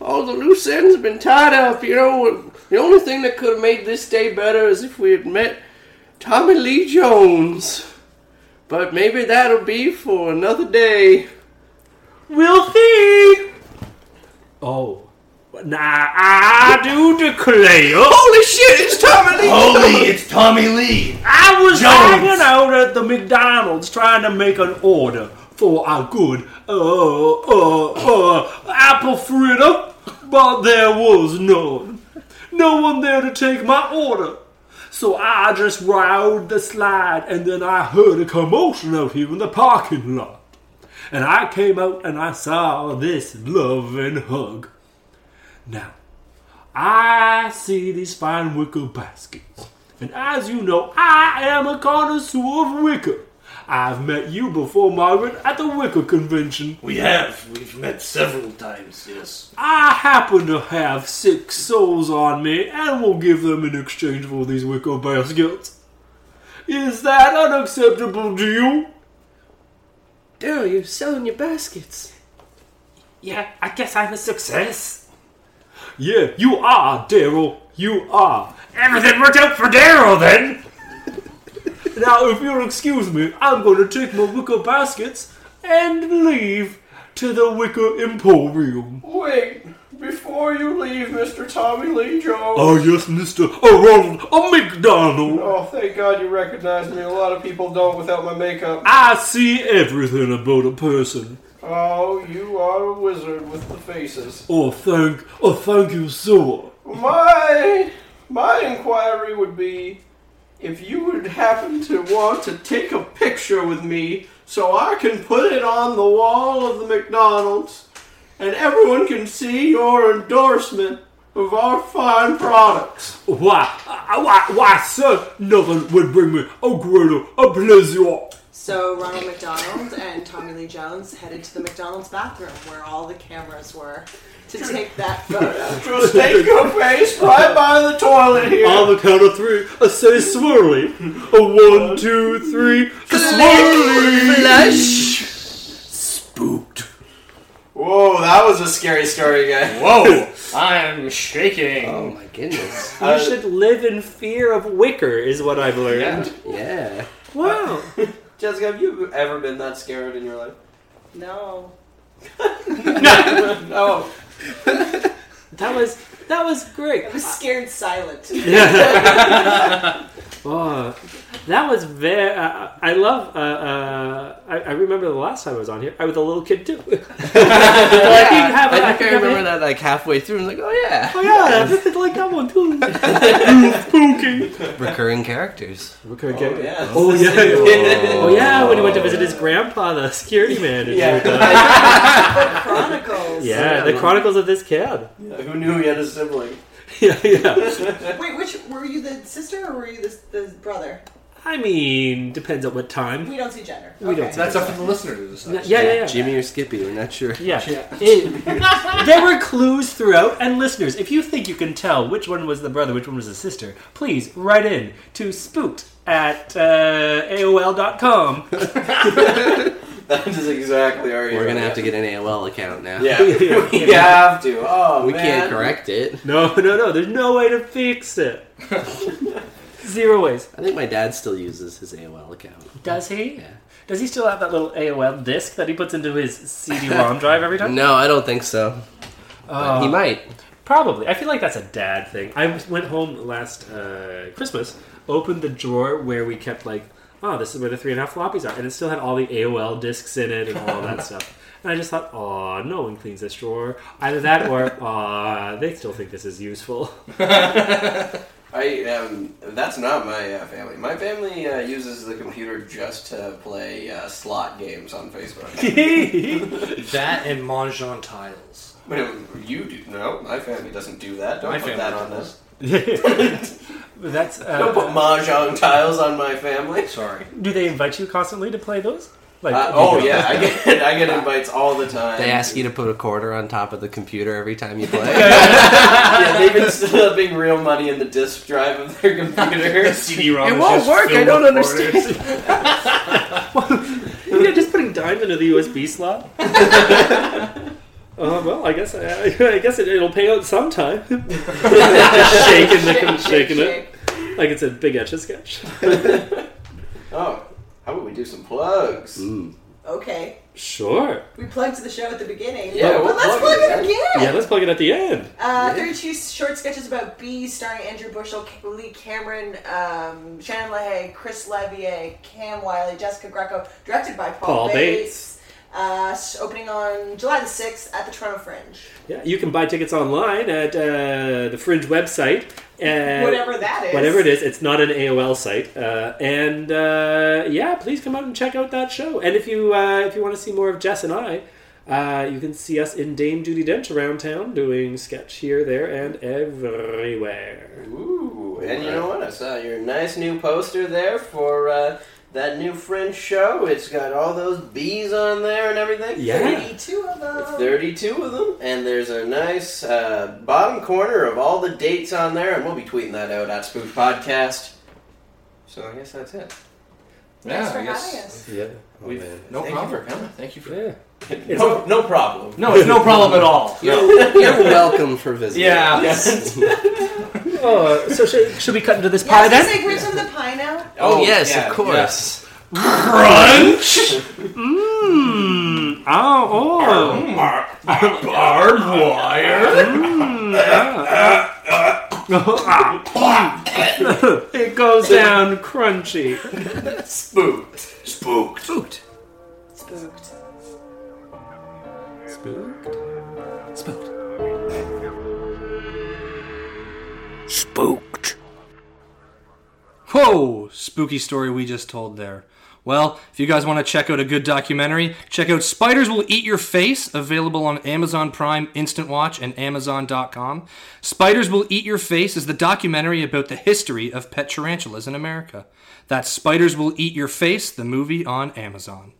all the loose ends have been tied up. You know, the only thing that could have made this day better is if we had met Tommy Lee Jones. But maybe that'll be for another day. We'll see. Oh, nah. I do declare. Holy shit, it's Tommy Lee! Holy, it's Tommy Lee. I was Jones. hanging out at the McDonald's trying to make an order for a good uh, uh, uh, apple fritter, but there was none. No one there to take my order. So I just rode the slide, and then I heard a commotion out here in the parking lot. And I came out and I saw this love and hug. Now, I see these fine wicker baskets. And as you know, I am a connoisseur of wicker. I've met you before, Margaret, at the wicker convention. We have. We've met several times. Yes. I happen to have six souls on me and will give them in exchange for these wicker baskets. Is that unacceptable to you? Daryl, you're selling your baskets. Yeah, I guess I'm a success. Yeah, you are, Daryl. You are. Everything worked out for Daryl then. now, if you'll excuse me, I'm going to take my wicker baskets and leave to the wicker emporium. Wait, before you leave, Mr. Tommy Lee Jones. Oh yes, Mister Ronald a McDonald. Oh, thank God you recognize me. A lot of people don't without my makeup. I see everything about a person. Oh, you are a wizard with the faces. Oh thank, oh thank you, sir. My my inquiry would be if you would happen to want to take a picture with me so I can put it on the wall of the McDonald's and everyone can see your endorsement of our fine products. Why, uh, why, why, sir? Nothing would bring me a greater a pleasure. So Ronald McDonald and Tommy Lee Jones headed to the McDonald's bathroom where all the cameras were to take that photo. Just take your face right by the toilet here. On the count of three, I say swirly. A one, two, three, swirly. Flush! Whoa, that was a scary story, guy. Whoa! I'm shaking. Oh my goodness. Uh, You should live in fear of wicker, is what I've learned. Yeah. Wow. Jessica, have you ever been that scared in your life? No. Oh, No. That was that was great. I was scared silent. Oh, that was very. Uh, I love. Uh, uh, I, I remember the last time I was on here. I was a little kid too. But I think have- I think I have- remember that like halfway through. I'm like, oh yeah. Oh yeah, this is like that one too. Spooky. Recurring characters. Okay, Oh, okay. yeah. Oh yeah. Oh yeah. When he went to visit his grandpa, the security manager. the Chronicles. Yeah, the Chronicles of this kid. Who knew he had a sibling? yeah, yeah. Wait, which were you the sister or were you the, the brother? I mean, depends on what time. We don't see gender. We don't Okay. see That's up to the listener to Yeah, decide. yeah, yeah. Jimmy or Skippy, we're not sure. Yeah. It- there were clues throughout, and listeners, if you think you can tell which one was the brother, which one was the sister, please write in to spooked at uh, AOL.com. That is exactly our. We're gonna have to get an AOL account now. Yeah, we have to. Oh We man. can't correct it. No, no, no. There's no way to fix it. Zero ways. I think my dad still uses his AOL account. Does he? Does he still have that little AOL disc that he puts into his CD-ROM drive every time? Uh, No, I don't think so. But he might. Probably. I feel like that's a dad thing. I went home last uh, Christmas, opened the drawer where we kept like, oh, this is where the three and a half floppies are, and it still had all the AOL discs in it and all that stuff. And I just thought, oh, no one cleans this drawer. Either that or, ah, they still think this is useful. I um, that's not my uh, family. My family uh, uses the computer just to play uh, slot games on Facebook. That and Mahjong tiles. Wait, you do no? My family doesn't do that. Don't My put family that on this. that's. Don't put Uh, mahjong tiles on my family. Sorry. do they invite you constantly to play those? Like, Uh, oh yeah, I get I get invites all the time. They ask you to put a quarter on top of the computer every time you play. yeah, they've been stuffing real money in the disk drive of their computer. CD-ROM It is won't just work, filled I don't with quarters. understand. yeah, just putting dime into the USB slot. Uh, well, I guess I, I guess it, it'll pay out sometime. Just shaking the Shake, shake, shaking it shake. like it's a big etch a sketch. oh, how about we do some plugs? Okay. Sure. We plugged the show at the beginning. Yeah, but we'll let's plug plug it it again. Yeah, let's plug it at the end. Uh, 32 short sketches about bees starring Andrew Bushell, K- Lee Cameron, um, Shannon LaHaye, Chris Levier, Cam Wiley, Jessica Greco, directed by Paul, Paul Bates. Uh, s- opening on July the 6th at the Toronto Fringe. Yeah, you can buy tickets online at uh, the Fringe website. Uh, whatever that is. Whatever it is, it's not an AOL site. Uh, and uh, yeah, please come out and check out that show. And if you uh, if you want to see more of Jess and I, uh, you can see us in Dame Judy Dench around town doing sketch here, there, and everywhere. Ooh, and you know what? I saw your nice new poster there for uh, that new French show. It's got all those bees on there and everything. Yeah. 32 of them. 32 of them, and there's a nice uh, bottom corner of all the dates on there, and we'll be tweeting that out at Spook Podcast. So I guess that's it. Thanks for Yeah, I having guess. us. Yeah. We've, no Thank you problem. for coming. Thank you for Yeah. No, no problem. No, it's no problem at all. You're, you're welcome for visiting. Yeah. Oh, so should, should we cut into this pie Yes, then? this segment's from the pie now. Oh, yes, yeah, of course. Crunch! Mm. Oh, oh. Barbed wire! It goes down crunchy. Spooked. Spooked. Spooked. Spooked. Spooked. Spooked. Spooked. Whoa! Spooky story we just told there. Well, if you guys want to check out a good documentary, check out Spiders Will Eat Your Face, available on Amazon Prime, Instant Watch, and Amazon.com. Spiders Will Eat Your Face is the documentary about the history of pet tarantulas in America. That's Spiders Will Eat Your Face, the movie on Amazon.